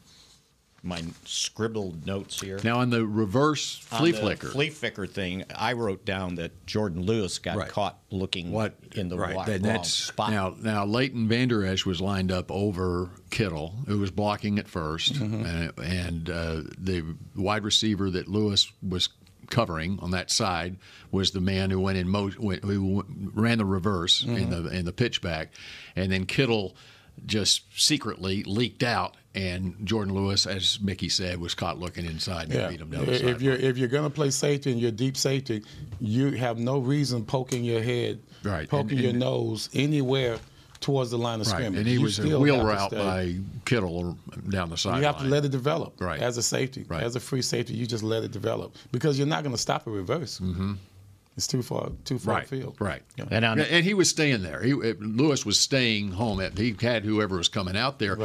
Speaker 1: my scribbled notes here.
Speaker 4: Now on the reverse flea
Speaker 1: On the
Speaker 4: flicker.
Speaker 1: flea flicker thing, I wrote down that Jordan Lewis got
Speaker 4: Right.
Speaker 1: caught looking
Speaker 4: What
Speaker 1: Mm-hmm. in the
Speaker 4: right?
Speaker 1: wa-
Speaker 4: that-
Speaker 1: wrong
Speaker 4: that's
Speaker 1: spot.
Speaker 4: now. Now Leighton Vander Esch was lined up over Kittle, who was blocking at 1st
Speaker 1: Mm-hmm.
Speaker 4: and, and, uh, the wide receiver that Lewis was covering on that side was the man who went in mo- went, who w- ran the reverse in
Speaker 1: Mm-hmm.
Speaker 4: the in the pitchback, and then Kittle just secretly leaked out. And Jordan Lewis, as Mickey said, was caught looking inside and
Speaker 2: Yeah.
Speaker 4: beat him down the
Speaker 2: If-
Speaker 4: side.
Speaker 2: if you're if you're gonna play safety and you're deep safety, you have no reason poking your head,
Speaker 4: Right.
Speaker 2: poking
Speaker 4: And-
Speaker 2: your
Speaker 4: and-
Speaker 2: nose anywhere towards the line of
Speaker 4: Right,
Speaker 2: scrimmage.
Speaker 4: and he
Speaker 2: You
Speaker 4: was a
Speaker 2: still
Speaker 4: wheel
Speaker 2: have to
Speaker 4: route
Speaker 2: stay-
Speaker 4: by Kittle down the sideline.
Speaker 2: You have to let it develop
Speaker 4: Right.
Speaker 2: as a safety, as a free safety. You just let it develop because you're not going to stop a reverse. Mm-hmm. It's too far, too far
Speaker 4: right,
Speaker 2: field.
Speaker 4: Right.
Speaker 2: Yeah.
Speaker 4: And, and he was staying there. He, uh, Lewis was staying home. He had whoever was coming out there.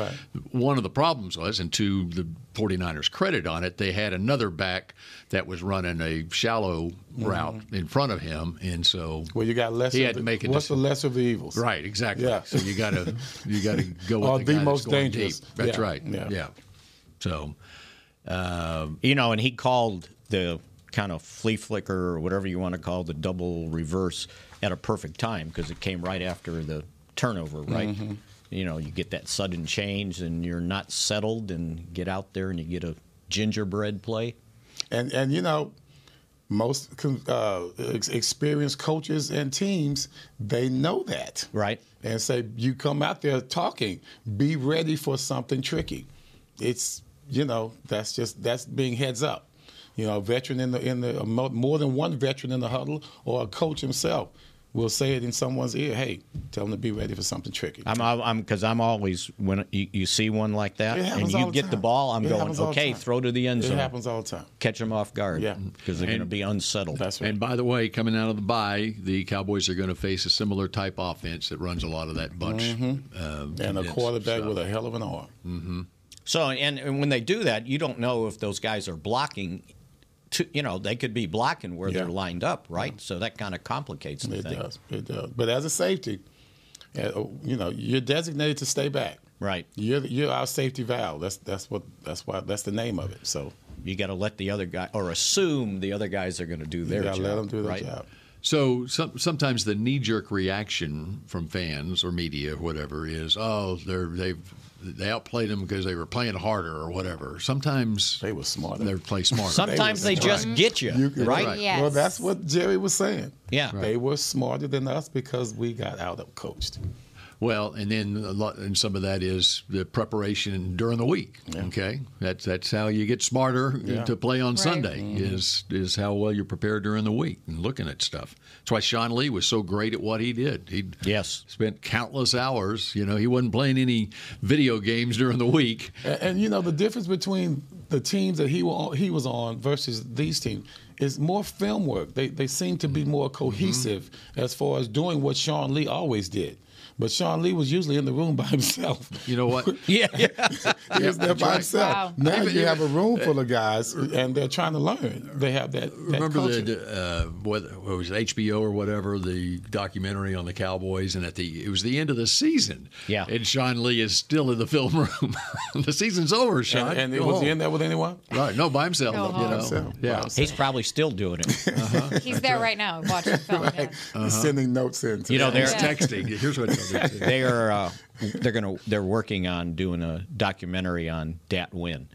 Speaker 4: One of the problems was, and to the 49ers' credit on it, they had another back that was running a shallow
Speaker 2: Mm-hmm.
Speaker 4: route in front of him. And so
Speaker 2: Well, you got less.
Speaker 4: he
Speaker 2: of
Speaker 4: had
Speaker 2: the-
Speaker 4: to make a
Speaker 2: What's
Speaker 4: decision.
Speaker 2: the lesser of the evils?
Speaker 4: Right, exactly.
Speaker 2: Yeah.
Speaker 4: So you gotta you gotta go
Speaker 2: *laughs*
Speaker 4: with
Speaker 2: Or
Speaker 4: the,
Speaker 2: the
Speaker 4: guy that's
Speaker 2: most
Speaker 4: going
Speaker 2: dangerous.
Speaker 4: deep. That's
Speaker 2: Yeah,
Speaker 4: right.
Speaker 2: yeah.
Speaker 4: yeah. So,
Speaker 1: you know, and he called the kind of flea flicker or whatever you want to call the double reverse at a perfect time because it came right after the turnover, right?
Speaker 2: Mm-hmm.
Speaker 10: Mhm.
Speaker 1: You know, you get that sudden change and you're not settled and get out there and you get a gingerbread play.
Speaker 2: And and you know, most con- uh, ex- experienced coaches and teams they know that.
Speaker 1: Right.
Speaker 2: And say you come out there talking, be ready for something tricky. It's you know that's just that's being heads up. You know, a veteran in the in the a mo- more than one veteran in the huddle or a coach himself will say it in someone's ear. Hey, tell them to be ready for something tricky.
Speaker 1: I'm I'm because I'm always when you, you see one like that
Speaker 2: It
Speaker 1: and
Speaker 2: happens
Speaker 1: you
Speaker 2: all the
Speaker 1: get the
Speaker 2: time.
Speaker 1: ball, I'm
Speaker 2: It
Speaker 1: going
Speaker 2: happens all the
Speaker 1: okay,
Speaker 2: time.
Speaker 1: throw to the end
Speaker 2: It
Speaker 1: zone.
Speaker 2: happens all the time.
Speaker 1: Catch them off guard.
Speaker 2: Yeah.
Speaker 1: because they're going to
Speaker 4: And-
Speaker 1: be unsettled.
Speaker 2: That's
Speaker 4: and by the way, coming out of the bye, the Cowboys are going to face a similar type offense that runs a lot of that bunch.
Speaker 2: Mhm.
Speaker 4: um,
Speaker 2: and a
Speaker 4: condensed
Speaker 2: quarterback
Speaker 4: stuff.
Speaker 2: with a hell of an arm.
Speaker 4: Mm-hmm.
Speaker 1: So, and, and when they do that, you don't know if those guys are blocking. To, you know, they could be blocking where they're lined up, right? So that kind of complicates the
Speaker 2: It
Speaker 1: thing.
Speaker 2: does. It does. But as a safety, uh, you know, you're designated to stay back.
Speaker 1: Right.
Speaker 2: You're the- you're our safety valve. That's that's what that's why that's the name of it. So
Speaker 1: you got to let the other guy or assume the other guys are going to do their
Speaker 2: gotta
Speaker 1: job.
Speaker 2: let 'em do their
Speaker 1: right?
Speaker 2: job.
Speaker 4: So some, sometimes the knee-jerk reaction from fans or media, or whatever, is oh they're they've they outplayed them because they were playing harder or whatever. Sometimes they
Speaker 2: were smarter.
Speaker 4: They play
Speaker 1: *laughs*
Speaker 4: smarter.
Speaker 1: Sometimes they just get you,
Speaker 2: could-
Speaker 1: right?
Speaker 2: Well, that's what Jerry was saying.
Speaker 1: Yeah. Right.
Speaker 2: They were smarter than us because we got out of coached.
Speaker 4: Well, and then a lot, and some of that is the preparation during the week. Okay, that's that's how you get smarter
Speaker 2: Yeah. Mm-hmm.
Speaker 4: to play on
Speaker 2: Right.
Speaker 4: Sunday is is how well you're prepared during the week and looking at stuff. That's why Sean Lee was so great at what he did. He
Speaker 1: yes
Speaker 4: spent countless hours. You know, he wasn't playing any video games during the week.
Speaker 2: And, and you know the difference between the teams that he wa- he was on versus these teams is more film work. They they seem to
Speaker 4: Mm-hmm.
Speaker 2: be more cohesive as far as doing what Sean Lee always did. But Sean Lee was usually in the room *laughs* by himself.
Speaker 4: You know *laughs* what?
Speaker 1: *laughs* yeah,
Speaker 2: he was there
Speaker 4: that's
Speaker 2: by
Speaker 4: right.
Speaker 2: himself.
Speaker 4: Wow.
Speaker 2: Now
Speaker 4: Even-
Speaker 2: you have a
Speaker 4: even-
Speaker 2: room full of guys, and they're trying to learn. They have that. that
Speaker 4: Remember
Speaker 2: culture.
Speaker 4: the uh, whether what was it, HBO or whatever the documentary on the Cowboys, and at the it was the end of the season.
Speaker 1: Yeah,
Speaker 4: and Sean Lee is still in the film *laughs* room. the season's over, Sean.
Speaker 2: And, and
Speaker 4: Go Uh-huh.
Speaker 2: was
Speaker 4: home.
Speaker 2: he in there with anyone?
Speaker 4: Right, no, by himself.
Speaker 5: Go
Speaker 4: you
Speaker 5: home.
Speaker 4: know,
Speaker 2: Himself, by
Speaker 4: yeah.
Speaker 1: He's probably still doing it.
Speaker 5: He's there right now watching film. yeah.
Speaker 2: Sending notes in. to
Speaker 1: You know,
Speaker 2: them.
Speaker 1: they're
Speaker 4: texting. Here's what they'll do.
Speaker 1: they are. Uh, they're gonna. They're working on doing a documentary on Dat Win,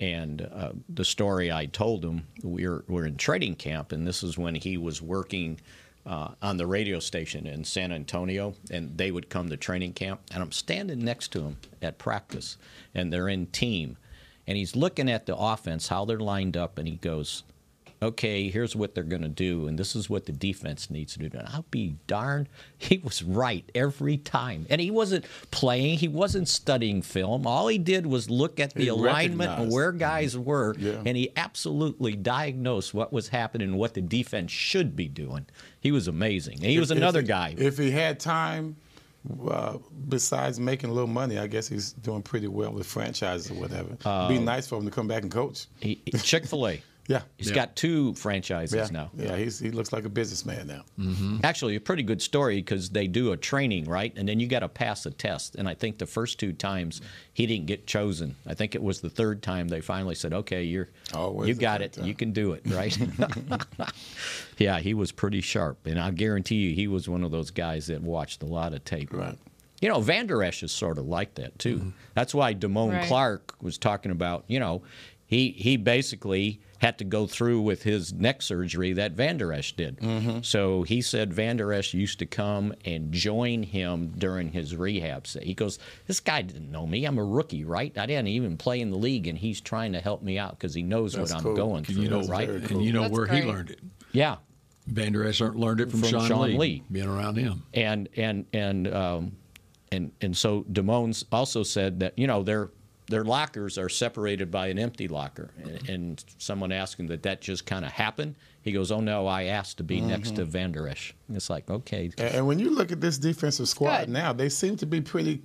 Speaker 1: and uh, the story I told him. We're we're in training camp, and this is when he was working. Uh, on the radio station in San Antonio, and they would come to training camp, and I'm standing next to him at practice, and they're in team, and he's looking at the offense, how they're lined up, and he goes, okay, here's what they're going to do, and this is what the defense needs to do. And I'll be darned, *laughs* he was right every time. And he wasn't playing, he wasn't studying film. All he did was look at the
Speaker 2: He
Speaker 1: alignment and
Speaker 2: recognized. Mm-hmm.
Speaker 1: where guys were,
Speaker 2: Yeah.
Speaker 1: and he absolutely diagnosed what was happening and what the defense should be doing. He was amazing. And he was
Speaker 2: If- if
Speaker 1: another guy.
Speaker 2: If he had time, uh, besides making a little money, I guess
Speaker 1: Oh.
Speaker 2: he's doing pretty well with franchises or whatever. Be nice for him to come back and coach. *laughs*
Speaker 1: Chick fil A.
Speaker 2: Yeah.
Speaker 1: he's
Speaker 2: Yeah.
Speaker 1: got two franchises
Speaker 2: yeah.
Speaker 1: now.
Speaker 2: Yeah, he's, he looks like a businessman now.
Speaker 1: Mm.
Speaker 2: Mm-hmm.
Speaker 1: Actually, a pretty good story because they do a training, right? And then you got to pass a test. And I think the first two times he didn't get chosen. I think it was the third time they finally said, "Okay, you're
Speaker 2: Always
Speaker 1: you
Speaker 2: the
Speaker 1: got
Speaker 2: third
Speaker 1: it.
Speaker 2: time.
Speaker 1: You can do it."
Speaker 2: *laughs*
Speaker 1: Right? *laughs* yeah, he was pretty sharp, and I guarantee you, he was one of those guys that watched a lot of tape.
Speaker 2: Right.
Speaker 1: You know, Van Der Esch is sort of like that too.
Speaker 4: Mm-hmm.
Speaker 1: That's why Damone
Speaker 10: Right.
Speaker 1: Clark was talking about. You know, he he basically had to go through with his neck surgery that Van Der Esch did.
Speaker 4: Mm-hmm.
Speaker 1: So he said Van Der Esch used to come and join him during his rehab. So he goes, "This guy didn't know me. I'm a rookie, right? I didn't even play in the league, and he's trying to help me out because he knows
Speaker 4: That's
Speaker 1: what I'm
Speaker 4: cool.
Speaker 1: going
Speaker 4: And
Speaker 1: through,
Speaker 4: you know-
Speaker 1: right?
Speaker 4: and you know That's where he great. learned it.
Speaker 1: Yeah,
Speaker 4: Van Der Esch learned it from, Sean, Lee, being around him.
Speaker 1: and and and um, and and so Damone's also said that you know their their lockers are separated by an empty locker, and, and someone asked him that that just kind of happened. He goes, "Oh no, I asked to be next
Speaker 5: Mm-hmm.
Speaker 1: to Van Der Esch." And It's like okay,
Speaker 2: And, and when you look at this defensive squad now, they seem to be pretty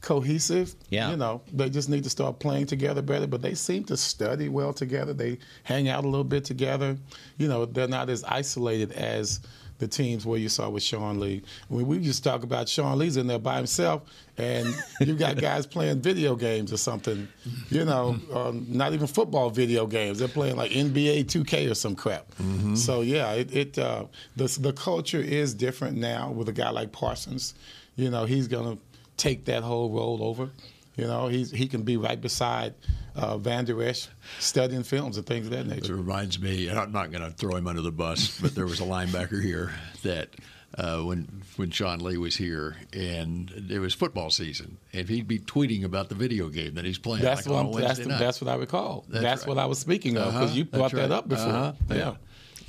Speaker 2: cohesive.
Speaker 1: Yeah.
Speaker 2: You know, they just need to start playing together better, but they seem to study well together. They hang out a little bit together. You know, they're not as isolated as the teams where you saw with Sean Lee. When we just talk about Sean Lee's in there by himself and you've got guys playing video games or something, you know, um, not even football video games. They're playing like NBA 2K or some crap. So yeah, it, it uh, the the culture is different now with a guy like Parsons. You know, he's gonna take that whole role over. You know, he's he can be right beside uh, Van Der Esch studying films and things of that nature.
Speaker 4: It reminds me, and I'm not going to throw him under the bus, but there was a linebacker here that uh, when when Sean Lee was here, and it was football season, and he'd be tweeting about the video game that he's playing.
Speaker 2: That's
Speaker 4: like
Speaker 2: what
Speaker 4: on
Speaker 2: I'm-
Speaker 4: Wednesday
Speaker 2: that's the-
Speaker 4: night.
Speaker 2: that's what I recall. That's
Speaker 4: right.
Speaker 2: what I was speaking of, 'cause you
Speaker 1: Uh-huh.
Speaker 4: that's
Speaker 2: brought that up before. Yeah.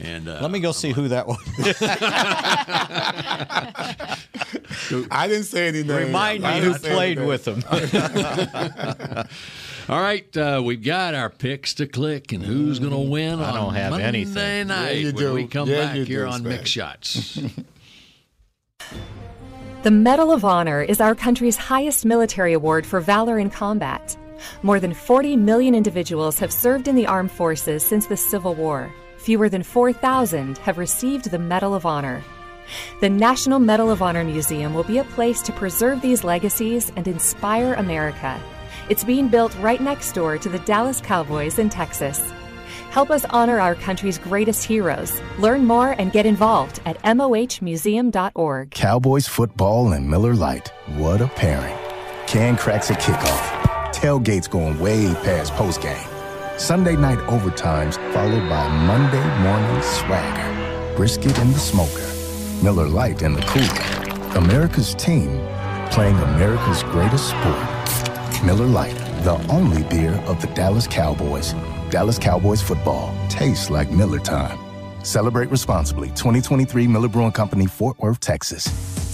Speaker 4: And uh,
Speaker 1: Let me go see who that was.
Speaker 2: I didn't say anything.
Speaker 1: Remind me
Speaker 4: I
Speaker 1: who
Speaker 4: didn't say
Speaker 1: played
Speaker 4: anything.
Speaker 1: with
Speaker 5: *laughs*
Speaker 1: him.
Speaker 4: All right, uh, we've got our picks to click and who's going to win
Speaker 1: Mm-hmm. I don't
Speaker 4: on
Speaker 1: have
Speaker 4: Monday
Speaker 1: anything. Yeah,
Speaker 4: night
Speaker 1: you
Speaker 4: when
Speaker 1: do.
Speaker 4: we come
Speaker 1: Yeah,
Speaker 4: back
Speaker 1: you do, Mm-hmm,
Speaker 4: here on
Speaker 1: Spag.
Speaker 4: Mix Shots.
Speaker 3: The Medal of Honor is our country's highest military award for valor in combat. More than 40 million individuals have served in the armed forces since the Civil War. Fewer than 4,000 have received the Medal of Honor. The National Medal of Honor Museum will be a place to preserve these legacies and inspire America. It's being built right next door to the Dallas Cowboys in Texas. Help us honor our country's greatest heroes. Learn more and get involved at mohmuseum.org.
Speaker 8: Cowboys football and Miller Lite. What a pairing. Can cracks at kickoff. Tailgates going way past postgame. Sunday night overtimes followed by Monday morning swagger. Brisket in the smoker. Miller Lite in the cooler. America's team playing America's greatest sport. Miller Lite, the only beer of the Dallas Cowboys. Dallas Cowboys football tastes like Miller time. Celebrate responsibly. 2023 Miller Brewing Company, Fort Worth, Texas.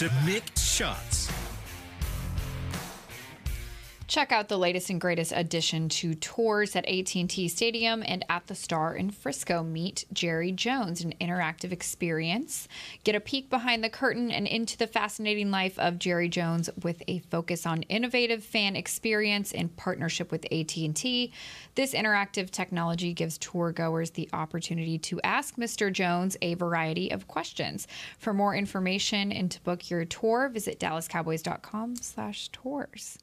Speaker 9: To Mix Shots.
Speaker 5: Check out the latest and greatest addition to tours at AT&T Stadium and at the Star in Frisco. Meet Jerry Jones, an interactive experience. Get a peek behind the curtain and into the fascinating life of Jerry Jones with a focus on innovative fan experience in partnership with AT&T. This interactive technology gives tour goers the opportunity to ask Mr. Jones a variety of questions. For more information and to book your tour, visit dallascowboys.com/tours.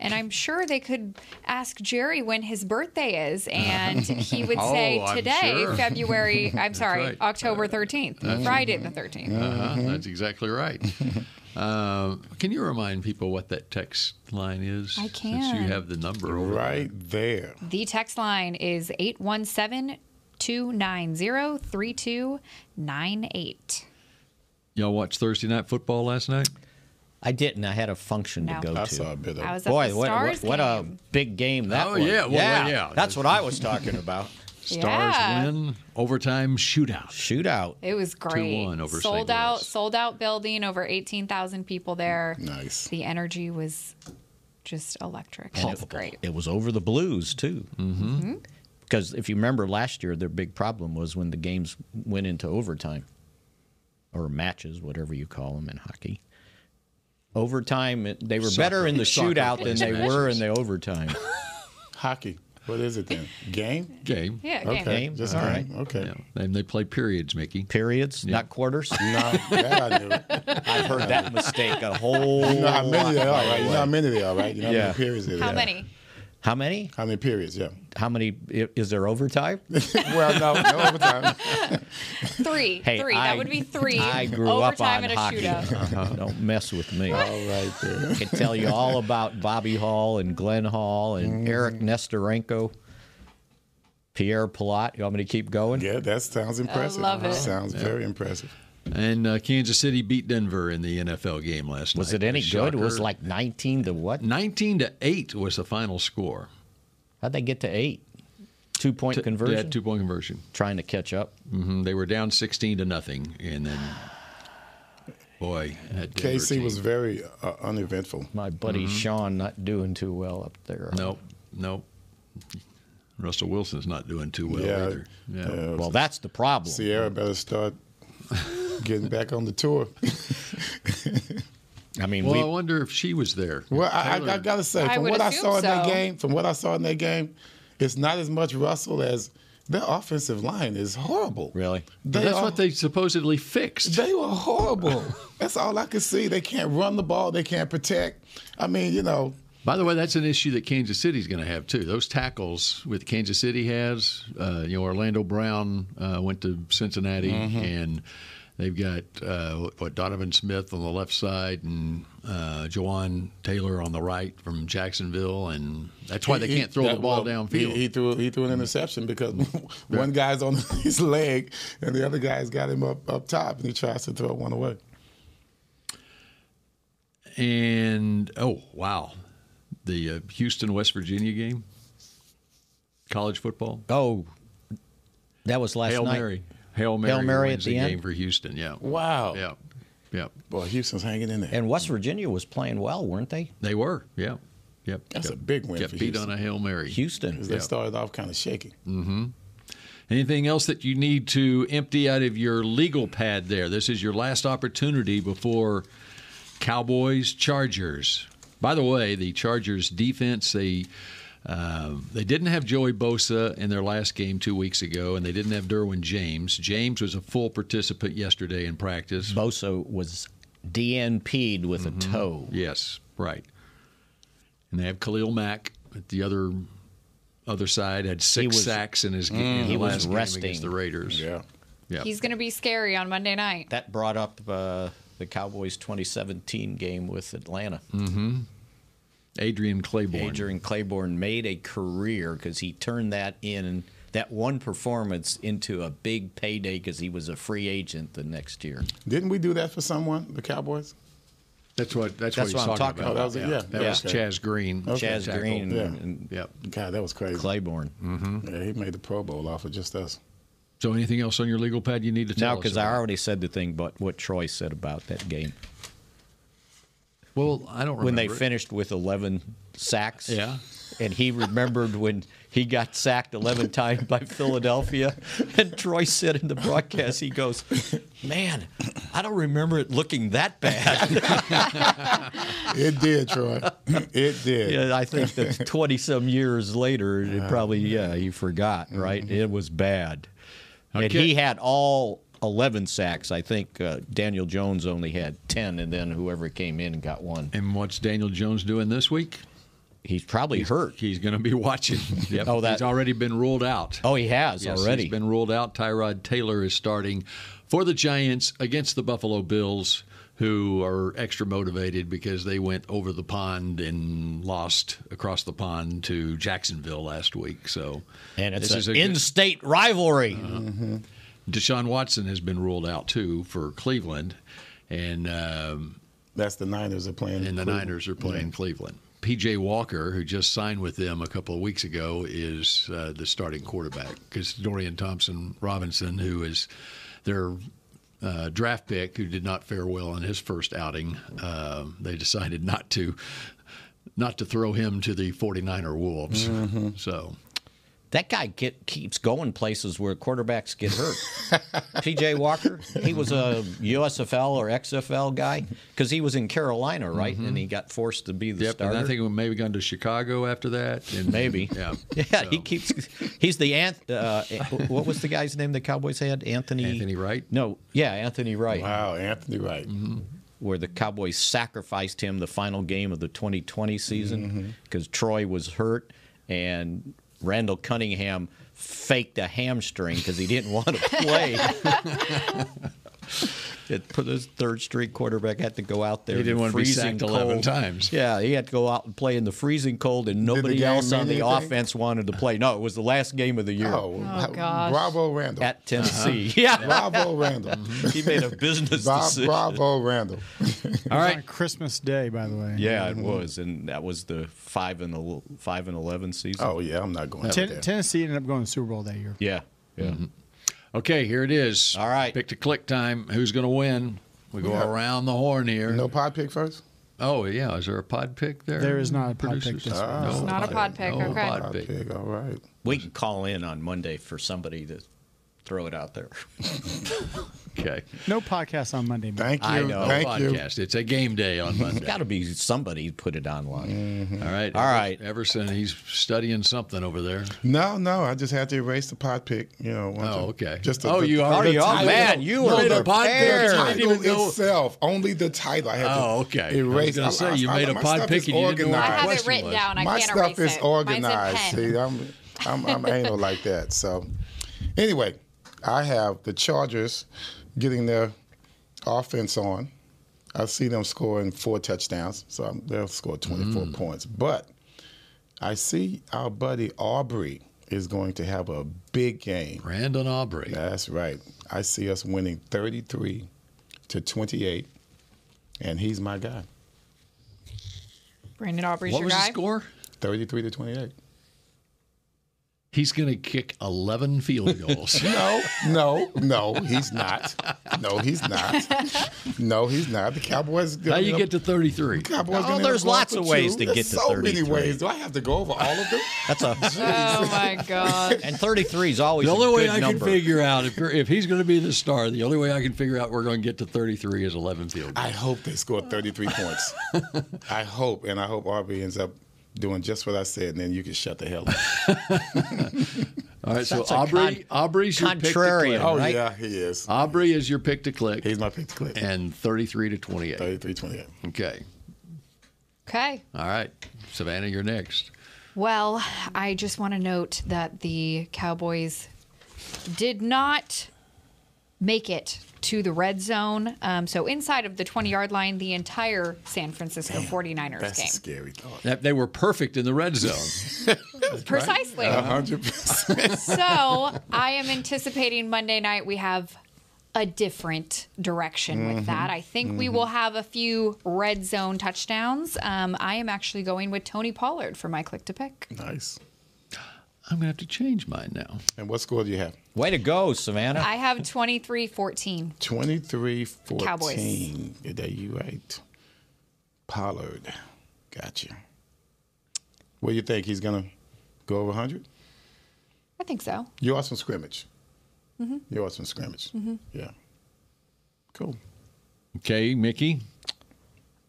Speaker 5: And I'm sure they could ask Jerry when his birthday is, and he would say
Speaker 4: Oh, I'm
Speaker 5: today,
Speaker 4: sure.
Speaker 5: February. I'm
Speaker 4: That's
Speaker 5: sorry,
Speaker 4: right.
Speaker 5: October 13th,
Speaker 4: That's
Speaker 5: Friday the 13th.
Speaker 4: Uh-huh,
Speaker 1: mm-hmm.
Speaker 4: That's
Speaker 1: *laughs*
Speaker 4: exactly right. Um, can you remind people what that text line is?
Speaker 5: I
Speaker 4: Since
Speaker 5: can.
Speaker 4: you have the number over right
Speaker 2: there.
Speaker 5: The text line is 817 290 3298.
Speaker 4: Y'all watched Thursday night football last night?
Speaker 1: I didn't. I had a function
Speaker 5: No.
Speaker 1: to go
Speaker 5: I
Speaker 1: to.
Speaker 5: saw a
Speaker 2: Oh,
Speaker 5: bit of it. I was at
Speaker 1: Boy,
Speaker 5: the
Speaker 1: what,
Speaker 5: Stars
Speaker 1: what, what a big game that
Speaker 4: Oh,
Speaker 1: was.
Speaker 4: yeah. Well,
Speaker 1: yeah.
Speaker 4: yeah.
Speaker 1: That's what I was talking
Speaker 5: *laughs*
Speaker 1: about.
Speaker 4: Stars
Speaker 5: Yeah.
Speaker 4: win overtime shootout.
Speaker 1: Shootout.
Speaker 5: It was great.
Speaker 4: 2-1 over
Speaker 5: sold
Speaker 4: St. Louis.
Speaker 5: out, sold out building, over 18,000 people there.
Speaker 2: Nice.
Speaker 5: The energy was just electric. It was
Speaker 1: Palpable.
Speaker 5: great.
Speaker 1: It was over the Blues too, mm-hmm.
Speaker 5: Mhm.
Speaker 1: because if you remember last year, their big problem was when the games went into overtime, or matches, whatever you call them in hockey. Overtime, it- they were
Speaker 2: Soccer.
Speaker 1: better in the
Speaker 2: Soccer
Speaker 1: shootout than
Speaker 2: plays
Speaker 1: they were in
Speaker 2: matches.
Speaker 1: the
Speaker 2: *laughs*
Speaker 1: overtime.
Speaker 2: Hockey. What is it then? Game?
Speaker 4: Game.
Speaker 5: Yeah,
Speaker 2: Okay.
Speaker 1: game.
Speaker 2: Just
Speaker 1: All
Speaker 2: game.
Speaker 1: right.
Speaker 2: Okay.
Speaker 4: And they play periods, Mickey.
Speaker 1: Periods, not
Speaker 2: *laughs*
Speaker 1: quarters.
Speaker 2: No, that I knew.
Speaker 1: I've heard that mistake a
Speaker 2: *laughs*
Speaker 1: whole.
Speaker 2: You know how
Speaker 1: lot,
Speaker 2: many there
Speaker 1: by
Speaker 2: are,
Speaker 1: the
Speaker 2: right? You know
Speaker 1: way.
Speaker 2: how many there are, right? You know how
Speaker 1: Yeah.
Speaker 2: many periods there
Speaker 5: How
Speaker 2: are.
Speaker 5: many?
Speaker 1: How many?
Speaker 2: How many periods? Yeah. *laughs*
Speaker 1: How many i- is there
Speaker 5: *laughs*
Speaker 1: overtime?
Speaker 2: well, no, no overtime.
Speaker 5: Three.
Speaker 1: Hey,
Speaker 5: three.
Speaker 1: I-
Speaker 5: that would be three.
Speaker 1: I grew
Speaker 5: Overtime
Speaker 1: up on
Speaker 5: and a
Speaker 1: hockey.
Speaker 5: shootout.
Speaker 1: *laughs* Don't mess with me.
Speaker 2: Oh,
Speaker 1: All *laughs* right, I can tell you all about Bobby Hall and Glenn Hall and Eric Nestorenko, Pierre Palat. You want me to keep going?
Speaker 2: Yeah, that sounds impressive.
Speaker 5: love it.
Speaker 2: Sounds
Speaker 4: Yeah.
Speaker 2: very impressive.
Speaker 4: And uh, Kansas City beat Denver in the NFL game last
Speaker 1: Was
Speaker 4: night.
Speaker 1: it any
Speaker 4: A
Speaker 1: good? It was
Speaker 4: shocker.
Speaker 1: like 19 to what?
Speaker 4: 19 to 8 was the final score.
Speaker 1: How'd they get to eight? Two point
Speaker 4: T-
Speaker 1: conversion?
Speaker 4: Yeah, two point conversion.
Speaker 1: Trying to catch up.
Speaker 4: hmm They were down 16 to nothing. And then, boy, that Denver
Speaker 2: KC
Speaker 4: team.
Speaker 2: was very uh, uneventful.
Speaker 1: My buddy
Speaker 4: Mhm.
Speaker 1: Sean not doing too well up there.
Speaker 4: Nope, nope. Russell Wilson's not doing too well
Speaker 2: Yeah.
Speaker 4: either. Yeah.
Speaker 2: Uh,
Speaker 1: Well, that's the problem.
Speaker 4: Mm-hmm.
Speaker 2: Sierra better start getting back on the tour.
Speaker 1: I mean,
Speaker 4: well,
Speaker 1: we-
Speaker 4: I wonder if she was there.
Speaker 2: Well, I,
Speaker 4: Taylor-
Speaker 2: I, I gotta say,
Speaker 5: I
Speaker 2: from
Speaker 5: would
Speaker 2: what I
Speaker 5: assume
Speaker 2: saw in that
Speaker 5: so.
Speaker 2: game, from what I saw in that game, it's not as much Russell as their offensive line is horrible.
Speaker 1: Really?
Speaker 2: They
Speaker 4: that's
Speaker 2: are-
Speaker 4: what they supposedly fixed.
Speaker 2: They
Speaker 4: *laughs*
Speaker 2: were horrible. That's all I could see. They can't run the ball. They can't protect. I mean, you know,
Speaker 4: By the way, that's an issue that Kansas City's going to have too. Those tackles with Kansas City has, uh, you know, Orlando Brown uh, went to Cincinnati,
Speaker 2: Mm-hmm.
Speaker 4: and they've got uh, what Donovan Smith on the left side and uh, Jawan Taylor on the right from Jacksonville, and that's why they
Speaker 2: He- he-
Speaker 4: can't throw
Speaker 2: that-
Speaker 4: the ball
Speaker 2: well,
Speaker 4: downfield.
Speaker 2: He, he threw he threw an interception because *laughs* one guy's on his leg and the other guy's got him up up top and he tries to throw one away.
Speaker 4: and oh wow, the uh, Houston West Virginia game, college football,
Speaker 1: Oh, that was last
Speaker 4: Hail
Speaker 1: night.
Speaker 4: Mary, Hail Mary,
Speaker 1: Mary at
Speaker 4: Wednesday
Speaker 1: the end?
Speaker 4: game for Houston. Yeah,
Speaker 2: Wow.
Speaker 4: yeah, yeah.
Speaker 2: Boy, Houston's hanging in there.
Speaker 1: And West Virginia was playing well, weren't they?
Speaker 4: They were, yeah, yep.
Speaker 2: That's
Speaker 4: Got-
Speaker 2: a big win
Speaker 4: Got
Speaker 2: for
Speaker 4: beat
Speaker 2: Houston.
Speaker 4: on a hail mary.
Speaker 1: Houston.
Speaker 2: 'Cause They
Speaker 4: Yeah.
Speaker 2: started off kind of shaky.
Speaker 4: hmm Anything else that you need to empty out of your legal pad there? This is your last opportunity before Cowboys Chargers. By the way, the Chargers defense they. Uh, they didn't have Joey Bosa in their last game two weeks ago, and they didn't have Derwin James. James was a full participant yesterday in practice.
Speaker 1: Bosa was DNP'd with a
Speaker 4: Mm-hmm.
Speaker 1: toe.
Speaker 4: Yes, right. And they have Khalil Mack at the other other side had six
Speaker 1: was-
Speaker 4: sacks in his game.
Speaker 1: Mm.
Speaker 4: in the
Speaker 1: He was
Speaker 4: last game
Speaker 1: resting.
Speaker 4: against the Raiders.
Speaker 2: Yeah.
Speaker 4: Yeah.
Speaker 5: He's going to be scary on Monday night.
Speaker 1: That brought up uh, the Cowboys 2017 game with Atlanta.
Speaker 4: mm-hmm. Adrian Claiborne.
Speaker 1: Adrian Claiborne made a career because he turned that in that one performance into a big payday because he was a free agent the next year.
Speaker 2: Didn't we do that for someone? The Cowboys?
Speaker 4: That's what that's,
Speaker 1: That's
Speaker 4: what he's
Speaker 1: what I'm
Speaker 4: talking
Speaker 1: talking
Speaker 4: about.
Speaker 2: about. Oh, that was it, yeah.
Speaker 4: That
Speaker 2: Yeah.
Speaker 4: was
Speaker 2: Okay.
Speaker 4: Chaz Green.
Speaker 2: Okay.
Speaker 1: Chaz
Speaker 4: Tackle.
Speaker 1: Green
Speaker 2: Yeah. Mm-hmm.
Speaker 1: and
Speaker 4: Yep.
Speaker 2: God, that was crazy.
Speaker 1: Claiborne.
Speaker 2: Yeah, he made the Pro Bowl off of just us.
Speaker 4: So anything else on your legal pad you need to
Speaker 1: Now,
Speaker 4: tell us
Speaker 1: because I
Speaker 4: about?
Speaker 1: already said the thing, but what Troy said about that game.
Speaker 4: Well, I don't remember.
Speaker 1: when they
Speaker 4: it.
Speaker 1: finished with 11 sacks.
Speaker 4: Yeah.
Speaker 1: And he remembered when he got sacked
Speaker 4: *laughs*
Speaker 1: 11 times by Philadelphia. And Troy said in the broadcast, he goes, Man, I don't remember it looking that
Speaker 4: *laughs*
Speaker 1: bad.
Speaker 2: it did, Troy. It did.
Speaker 1: Yeah, I think that's 20 some years later, it probably, yeah, you forgot, right? It was bad. And
Speaker 4: Mm-hmm. Okay.
Speaker 1: he had all 11 sacks. I think uh, Daniel Jones only had 10, and then whoever came in got one.
Speaker 4: And what's Daniel Jones doing this week?
Speaker 1: He's probably hurt.
Speaker 4: He's going to be
Speaker 1: *laughs*
Speaker 4: *laughs* watching. Yep.
Speaker 1: Oh, that-
Speaker 4: he's already been ruled out.
Speaker 1: Oh, he has
Speaker 4: Yes,
Speaker 1: already.
Speaker 4: He's been ruled out. Tyrod Taylor is starting for the Giants against the Buffalo Bills, who are extra motivated because they went over the pond and lost across the pond to Jacksonville last week. So,
Speaker 1: And it's
Speaker 4: this is
Speaker 1: an
Speaker 4: a good-
Speaker 1: in-state rivalry.
Speaker 4: Deshaun Watson has been ruled out too for Cleveland, and um,
Speaker 2: that's the Niners are playing.
Speaker 4: And the
Speaker 2: Cleveland.
Speaker 4: Niners are playing Cleveland. PJ Walker, who just signed with them a couple of weeks ago, is uh, the starting quarterback because Dorian Thompson Robinson, who is their uh, draft pick, who did not fare well in his first outing, uh, they decided not to not to throw him to the 49er Wolves. So
Speaker 1: That guy get, keeps going places where quarterbacks get hurt.
Speaker 4: *laughs*
Speaker 1: PJ Walker, he was a USFL or XFL guy because he was in Carolina, right?
Speaker 4: Mhm.
Speaker 1: And he got forced to be the
Speaker 4: Yep, and
Speaker 1: starter.
Speaker 4: I think we maybe gone to Chicago after that, and
Speaker 1: Maybe.
Speaker 4: *laughs* yeah,
Speaker 1: *laughs* yeah, he keeps. He's the anth. Uh, what was the guy's name the Cowboys had? Anthony.
Speaker 4: Anthony Wright.
Speaker 1: No, yeah, Anthony Wright.
Speaker 2: Wow, Anthony Wright.
Speaker 1: Where the Cowboys sacrificed him the final game of the 2020
Speaker 4: Mm-hmm.
Speaker 1: season because Troy was hurt and Randall Cunningham faked a hamstring because he didn't want to
Speaker 4: *laughs*
Speaker 1: play. It put his third string quarterback had to go out there.
Speaker 4: He didn't
Speaker 1: in the
Speaker 4: want to be
Speaker 1: freezing
Speaker 4: sacked 11
Speaker 1: cold.
Speaker 4: times.
Speaker 1: Yeah, he had to go out and play in the freezing cold, and nobody
Speaker 2: game
Speaker 1: else on
Speaker 2: mean
Speaker 1: the
Speaker 2: anything?
Speaker 1: offense wanted to play. No, it was the last game of the year.
Speaker 2: Oh, how- Bravo Randall.
Speaker 4: Uh-huh.
Speaker 1: At Tennessee. *laughs* Yeah.
Speaker 2: Bravo Randall.
Speaker 1: he made a business
Speaker 2: Bob-
Speaker 1: decision.
Speaker 2: Bravo Randall.
Speaker 4: All
Speaker 6: On Christmas Day, by the way.
Speaker 1: Yeah,
Speaker 4: Mm-hmm.
Speaker 1: it was, and that was the five and el- five and eleven season.
Speaker 2: Oh yeah, I'm not going.
Speaker 6: Ten- Tennessee ended up going to the Super Bowl that year.
Speaker 1: Yeah, yeah.
Speaker 4: Okay, here it is. All right. Pick to click time. Who's going to win? We go
Speaker 2: Yeah.
Speaker 4: around the horn here.
Speaker 2: No pod pick first.
Speaker 4: Oh, yeah. Is there a pod pick there?
Speaker 6: There is not a pod pick
Speaker 4: Producers?
Speaker 6: this
Speaker 2: week.
Speaker 4: No
Speaker 2: It's
Speaker 5: not a pod pick,
Speaker 4: No
Speaker 5: okay.
Speaker 4: pod pick.
Speaker 2: All right.
Speaker 1: We can call in on Monday for somebody to throw it out there.
Speaker 4: Okay.
Speaker 6: No podcast on Monday. man.
Speaker 2: Thank you.
Speaker 1: I know.
Speaker 2: Thank you.
Speaker 4: Podcast. It's a game day on Monday.
Speaker 1: Got to be somebody put it online.
Speaker 4: All right.
Speaker 1: All right.
Speaker 4: Everson, he's studying something over there.
Speaker 2: No, no, I just had to erase the pod pick. You know. once
Speaker 4: Oh,
Speaker 2: I-
Speaker 4: okay.
Speaker 2: Just
Speaker 4: Oh, you already
Speaker 2: the
Speaker 4: are.
Speaker 2: title-
Speaker 4: Man, you
Speaker 2: no,
Speaker 4: are
Speaker 2: the,
Speaker 4: prepared.
Speaker 2: The
Speaker 4: I didn't even
Speaker 2: title
Speaker 4: know-
Speaker 2: itself, only the title. I had to
Speaker 4: Oh, okay. I was
Speaker 2: erase.
Speaker 4: gonna say, you
Speaker 2: I- "Oh,
Speaker 4: made a
Speaker 2: my
Speaker 4: pod
Speaker 2: stuff
Speaker 4: pick
Speaker 2: is
Speaker 4: and you didn't know what
Speaker 5: I
Speaker 4: the
Speaker 5: have it
Speaker 4: question
Speaker 5: written
Speaker 4: was.
Speaker 5: down. Oh, I
Speaker 2: my
Speaker 5: can't
Speaker 2: stuff
Speaker 5: erase
Speaker 2: is
Speaker 5: it.
Speaker 2: organized.
Speaker 5: Mine's in pen.
Speaker 2: See, I'm I'm, I'm anal like that. So, anyway, I have the Chargers getting their offense on. I see them scoring four touchdowns, so I'm, they'll score 24 points. But I see our buddy Aubrey is going to have a big game.
Speaker 4: Brandon Aubrey.
Speaker 2: That's right. I see us winning 33 to 28, and he's my guy.
Speaker 5: Brandon Aubrey's
Speaker 4: What
Speaker 5: your
Speaker 4: was the
Speaker 5: guy.
Speaker 4: score?
Speaker 2: 33 to 28.
Speaker 4: He's going to kick 11 field goals.
Speaker 2: No, no, no, he's not. No, he's not. No, he's not. The Cowboys.
Speaker 4: How you get to 33?
Speaker 2: Cowboys?
Speaker 1: Oh,
Speaker 2: gonna
Speaker 1: there's
Speaker 2: go up
Speaker 1: lots
Speaker 2: with
Speaker 1: of ways
Speaker 2: you.
Speaker 1: to
Speaker 2: There's
Speaker 1: get to
Speaker 2: so many
Speaker 1: 33.
Speaker 2: ways. Do I have to go over all of them?
Speaker 1: That's a *laughs*
Speaker 5: Oh my god.
Speaker 1: and thirty three is always
Speaker 4: The only
Speaker 1: a
Speaker 4: way
Speaker 1: good
Speaker 4: I
Speaker 1: number.
Speaker 4: can figure out if, you're- if he's going to be the star, the only way I can figure out we're going to get to 33 is 11 field goals.
Speaker 2: I hope they score
Speaker 1: *laughs*
Speaker 2: 33 points. I hope, and I hope RB ends up doing just what I said, and then you can shut the hell up.
Speaker 4: All right, so
Speaker 1: Such a
Speaker 4: Aubrey, Aubrey's your pick to click.
Speaker 1: contrarian.
Speaker 2: Oh
Speaker 1: Right. Uh,
Speaker 2: yeah, he is.
Speaker 4: Aubrey is your pick to click,
Speaker 2: He's my pick to click.
Speaker 4: and 33 to 28.
Speaker 2: 33 28.
Speaker 4: Okay.
Speaker 5: Okay.
Speaker 4: All right. Savannah, you're next.
Speaker 5: Well, I just want to note that the Cowboys did not make it to the red zone. Um, so inside of the 20 yard line, the entire San Francisco 49ers
Speaker 2: That's a
Speaker 5: game.
Speaker 2: scary thought.
Speaker 4: That, they were perfect in the red zone.
Speaker 5: Precisely.
Speaker 1: Uh-huh.
Speaker 2: 100%.
Speaker 5: so I am anticipating Monday night we have a different direction with that. I think we will have a few red zone touchdowns. Um, I am actually going with Tony Pollard for my click to pick.
Speaker 2: *laughs* nice.
Speaker 4: *laughs* I'm going to have to change mine now.
Speaker 2: And what score do you have?
Speaker 1: Way to go, Savannah.
Speaker 5: I have 23 14.
Speaker 2: 23 14.
Speaker 5: Cowboys.
Speaker 2: That you right. Pollard. Gotcha. What do you think? He's going to go over 100?
Speaker 5: I think so.
Speaker 2: Yards from scrimmage.
Speaker 5: Mm-hmm.
Speaker 2: Yards from scrimmage.
Speaker 5: Mhm.
Speaker 2: Yeah. Cool.
Speaker 4: Okay, Mickey.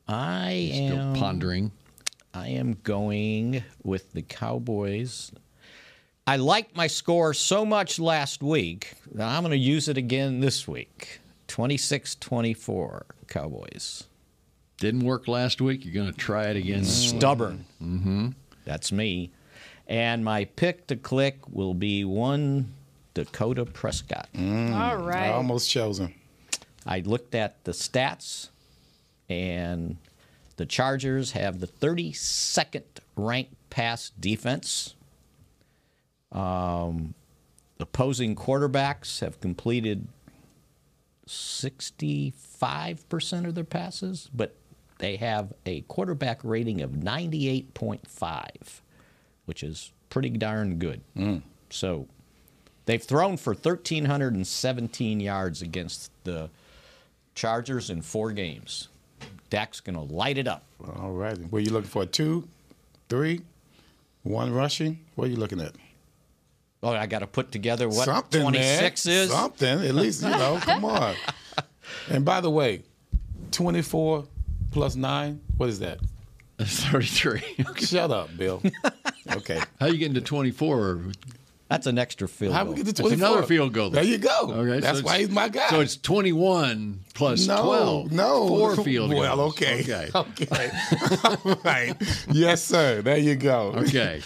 Speaker 1: I
Speaker 4: Still
Speaker 1: am
Speaker 4: pondering.
Speaker 1: I am going with the Cowboys. I liked my score so much last week. that I'm going to use it again this week. 26-24 Cowboys.
Speaker 4: Didn't work last week. You're going to try it *laughs* again. this week.
Speaker 1: Stubborn. Mm-hmm. That's me. And my pick to click will be one Dakota Prescott.
Speaker 5: All right.
Speaker 2: I almost chose him.
Speaker 1: I looked at the stats, and the Chargers have the 32nd ranked pass defense. Um, opposing quarterbacks have completed 65% of their passes, but they have a quarterback rating of 98.5, which is pretty darn good. So they've thrown for 1,317 yards against the Chargers in four games. Dak's going to light it up.
Speaker 2: All righty. What are you looking for? Two, three, one rushing? What are you looking at?
Speaker 1: Oh, I got to put together what
Speaker 2: Something, man.
Speaker 1: 26 is.
Speaker 2: Something. At least, you know, come on. And by the way, 24 plus 9, what is that?
Speaker 4: 33.
Speaker 2: Shut up, Bill. Okay.
Speaker 4: How you getting to 24?
Speaker 1: That's an extra field
Speaker 4: How
Speaker 2: goal.
Speaker 4: we get to
Speaker 2: That's
Speaker 4: 24?
Speaker 2: another field goal.
Speaker 4: There you go.
Speaker 2: Okay, so
Speaker 4: That's
Speaker 2: it's-
Speaker 4: why he's my guy.
Speaker 2: so
Speaker 4: it's 21
Speaker 2: no,
Speaker 4: 12.
Speaker 2: No.
Speaker 4: Four field
Speaker 2: Well,
Speaker 4: goals.
Speaker 2: okay.
Speaker 4: *laughs* Okay.
Speaker 2: Okay. All right. Yes, sir. There you go.
Speaker 4: Okay.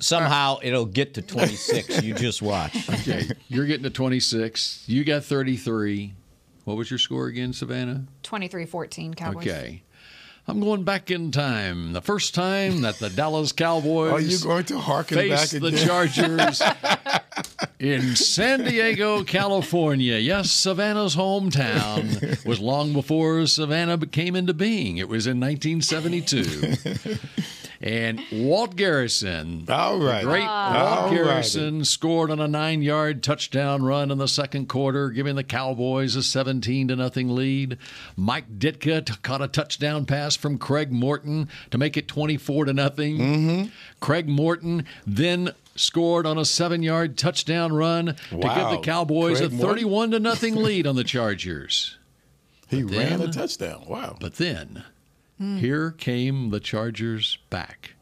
Speaker 1: Somehow it'll get to 26. You just watch.
Speaker 2: *laughs*
Speaker 4: Okay. You're getting to 26. You got 33. What was your score again, Savannah?
Speaker 5: 23-14 Cowboys.
Speaker 4: Okay. I'm going back in time. The first time that the Dallas Cowboys
Speaker 2: *laughs* Are you going to hearken
Speaker 4: faced
Speaker 2: back
Speaker 4: the *laughs*
Speaker 2: again? *laughs*
Speaker 4: Chargers in San Diego, California. Yes, Savannah's hometown was long before Savannah came into being. It was in
Speaker 2: *laughs*
Speaker 4: 1972. And Walt Garrison,
Speaker 2: All right.
Speaker 4: the great
Speaker 2: All
Speaker 4: Walt
Speaker 2: righty.
Speaker 4: Garrison, scored on a nine-yard touchdown run in the second quarter, giving the Cowboys a 17 to nothing lead. Mike Ditka t- caught a touchdown pass from Craig Morton to make it 24 to nothing.
Speaker 2: Mm-hmm.
Speaker 4: Craig Morton then scored on a seven-yard touchdown run to give
Speaker 2: Wow.
Speaker 4: the Cowboys
Speaker 2: Craig
Speaker 4: a
Speaker 2: Morton?
Speaker 4: 31 to
Speaker 2: *laughs*
Speaker 4: nothing lead on the Chargers.
Speaker 2: He
Speaker 4: But
Speaker 2: ran a
Speaker 4: then-
Speaker 2: touchdown. Wow.
Speaker 4: But then, here came the Chargers back.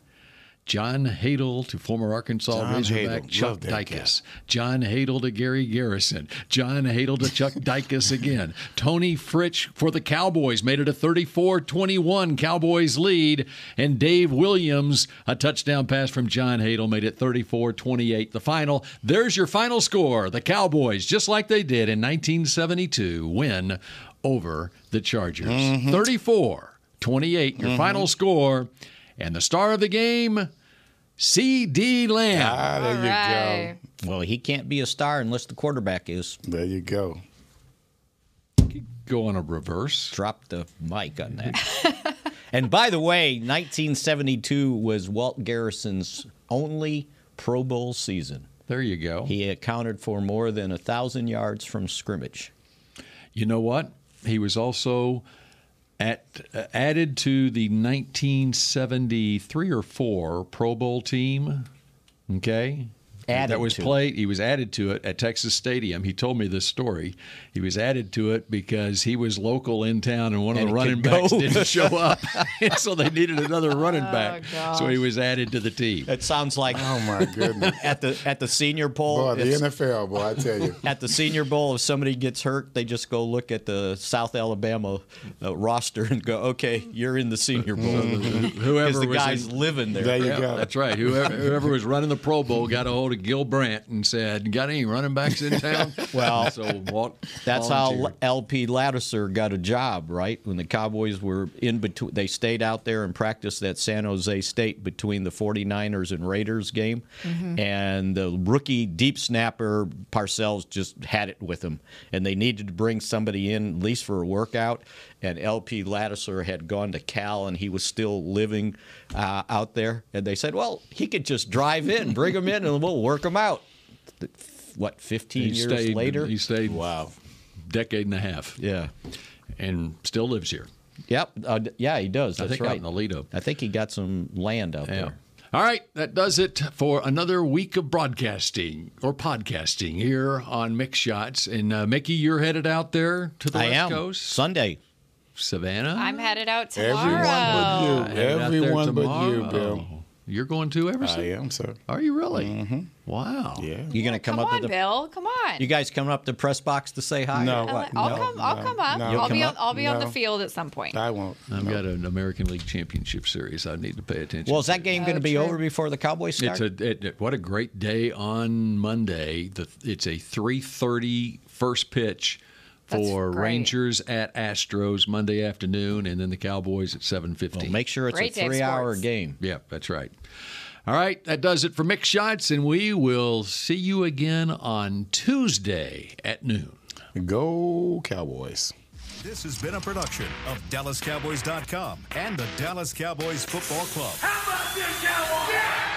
Speaker 4: John Hadle to former Arkansas
Speaker 2: John
Speaker 4: Razorback
Speaker 2: Hadle.
Speaker 4: Chuck
Speaker 2: Love that guy.
Speaker 4: Dykus. John Hadle to Gary Garrison. John Hadle to Chuck Dykus
Speaker 2: *laughs*
Speaker 4: again. Tony Fritch for the Cowboys made it a 34 21 Cowboys lead. And Dave Williams, a touchdown pass from John Hadle, made it 34 28 the final. There's your final score. The Cowboys, just like they did in 1972, win over the Chargers.
Speaker 2: Mm-hmm.
Speaker 4: 34 28, your
Speaker 2: Mhm.
Speaker 4: final score. And the star of the game, C.D. Lamb.
Speaker 2: Ah, there you go.
Speaker 1: Well, he can't be a star unless the quarterback is.
Speaker 2: There you go.
Speaker 4: Go on a reverse.
Speaker 1: Drop the mic on that.
Speaker 2: *laughs*
Speaker 1: and by the way, 1972 was Walt Garrison's only Pro Bowl season.
Speaker 4: There you go.
Speaker 1: He accounted for more than a thousand yards from scrimmage.
Speaker 4: You know what? He was also at uh, added to the 1973 or 4 Pro Bowl team. Okay?
Speaker 1: Added
Speaker 4: that was
Speaker 1: to.
Speaker 4: played. He was added to it at Texas Stadium. He told me this story. He was added to it because he was local in town and one of
Speaker 1: And
Speaker 4: the
Speaker 1: he
Speaker 4: running
Speaker 1: could
Speaker 4: backs
Speaker 1: go. *laughs*
Speaker 4: didn't show up. *laughs* and so they needed another running back. so he
Speaker 1: gosh.
Speaker 4: was added to the team.
Speaker 1: That sounds like
Speaker 2: oh *laughs* my goodness
Speaker 1: *laughs* at the at the Senior Bowl.
Speaker 2: Boy, the
Speaker 1: it's-
Speaker 2: NFL, boy, I tell you.
Speaker 1: at the Senior Bowl, if somebody gets hurt, they just go look at the South Alabama uh, roster and go, "Okay, you're in the Senior Bowl."
Speaker 4: Mm-hmm.
Speaker 1: because
Speaker 4: whoever
Speaker 1: the
Speaker 4: was
Speaker 1: guys
Speaker 4: in-
Speaker 1: living there.
Speaker 4: Yeah, That's right. Whoever, whoever was running the Pro Bowl got a hold of Gil Brandt and said, "Got any running backs in town?"
Speaker 1: *laughs* Well,
Speaker 4: so Walt
Speaker 1: That's how
Speaker 4: volunteered.
Speaker 1: LP Lattiser got a job, right? When the Cowboys were in between, they stayed out there and practiced at San Jose State between the 49ers and Raiders game.
Speaker 10: Mhm.
Speaker 1: And the rookie deep snapper Parcells just had it with him. And they needed to bring somebody in, at least for a workout. And LP Lattiser had gone to Cal and he was still living uh, out there. And they said, well, he could just drive in, bring him in, and we'll work him out. What, 15
Speaker 4: He
Speaker 1: years
Speaker 4: stayed-
Speaker 1: later?
Speaker 4: he stayed. Wow, decade and a half.
Speaker 1: Yeah,
Speaker 4: and still lives here.
Speaker 1: Yep. Uh, d- yeah, he does.
Speaker 4: I
Speaker 1: That's
Speaker 4: think out
Speaker 1: right.
Speaker 4: in Alito.
Speaker 1: I think he got some land out there.
Speaker 4: All right, that does it for another week of broadcasting or podcasting here on Mix Shots. And uh, Mickey, you're headed out there to the
Speaker 1: I
Speaker 4: West
Speaker 1: am.
Speaker 4: Coast
Speaker 1: Sunday.
Speaker 4: Savannah.
Speaker 5: I'm headed out tomorrow.
Speaker 2: Everyone but you.
Speaker 4: Headed out there
Speaker 2: Everyone but you,
Speaker 4: tomorrow. Oh,
Speaker 2: Bill.
Speaker 4: You're going to Everson?
Speaker 2: I am, sir.
Speaker 4: Are you really? Mm-hmm. Wow.
Speaker 2: Yeah.
Speaker 1: You gonna come,
Speaker 5: Come
Speaker 1: up
Speaker 5: on,
Speaker 1: to the?
Speaker 5: Bill. Come on.
Speaker 1: You guys coming up to press box to say hi?
Speaker 2: No.
Speaker 5: I'm like, I'll come. I'll come up.
Speaker 4: no.
Speaker 5: I'll
Speaker 4: You'll
Speaker 5: be.
Speaker 4: come
Speaker 5: On,
Speaker 4: up?
Speaker 5: I'll be on the
Speaker 4: No.
Speaker 5: field at some point.
Speaker 2: I won't.
Speaker 4: I've got an American League Championship Series I need to pay attention
Speaker 1: Well, is
Speaker 4: to.
Speaker 1: that game going to
Speaker 5: Oh,
Speaker 1: be
Speaker 5: true.
Speaker 1: over before the Cowboys start?
Speaker 4: It's a it, it- what a great day on Monday. The, it's a 3:30 first pitch
Speaker 5: That's
Speaker 4: for
Speaker 5: great.
Speaker 4: Rangers at Astros Monday afternoon, and then the Cowboys at 7:15.
Speaker 1: Make sure it's
Speaker 5: Great day
Speaker 1: a
Speaker 5: of
Speaker 1: three-hour
Speaker 5: sports.
Speaker 1: game.
Speaker 4: Yeah, that's right. All right, that does it for Mix Shots, and we will see you again on Tuesday at noon.
Speaker 2: Go Cowboys.
Speaker 11: This has been a production of DallasCowboys.com and the Dallas Cowboys Football Club.
Speaker 10: How about this, Cowboys? Yeah!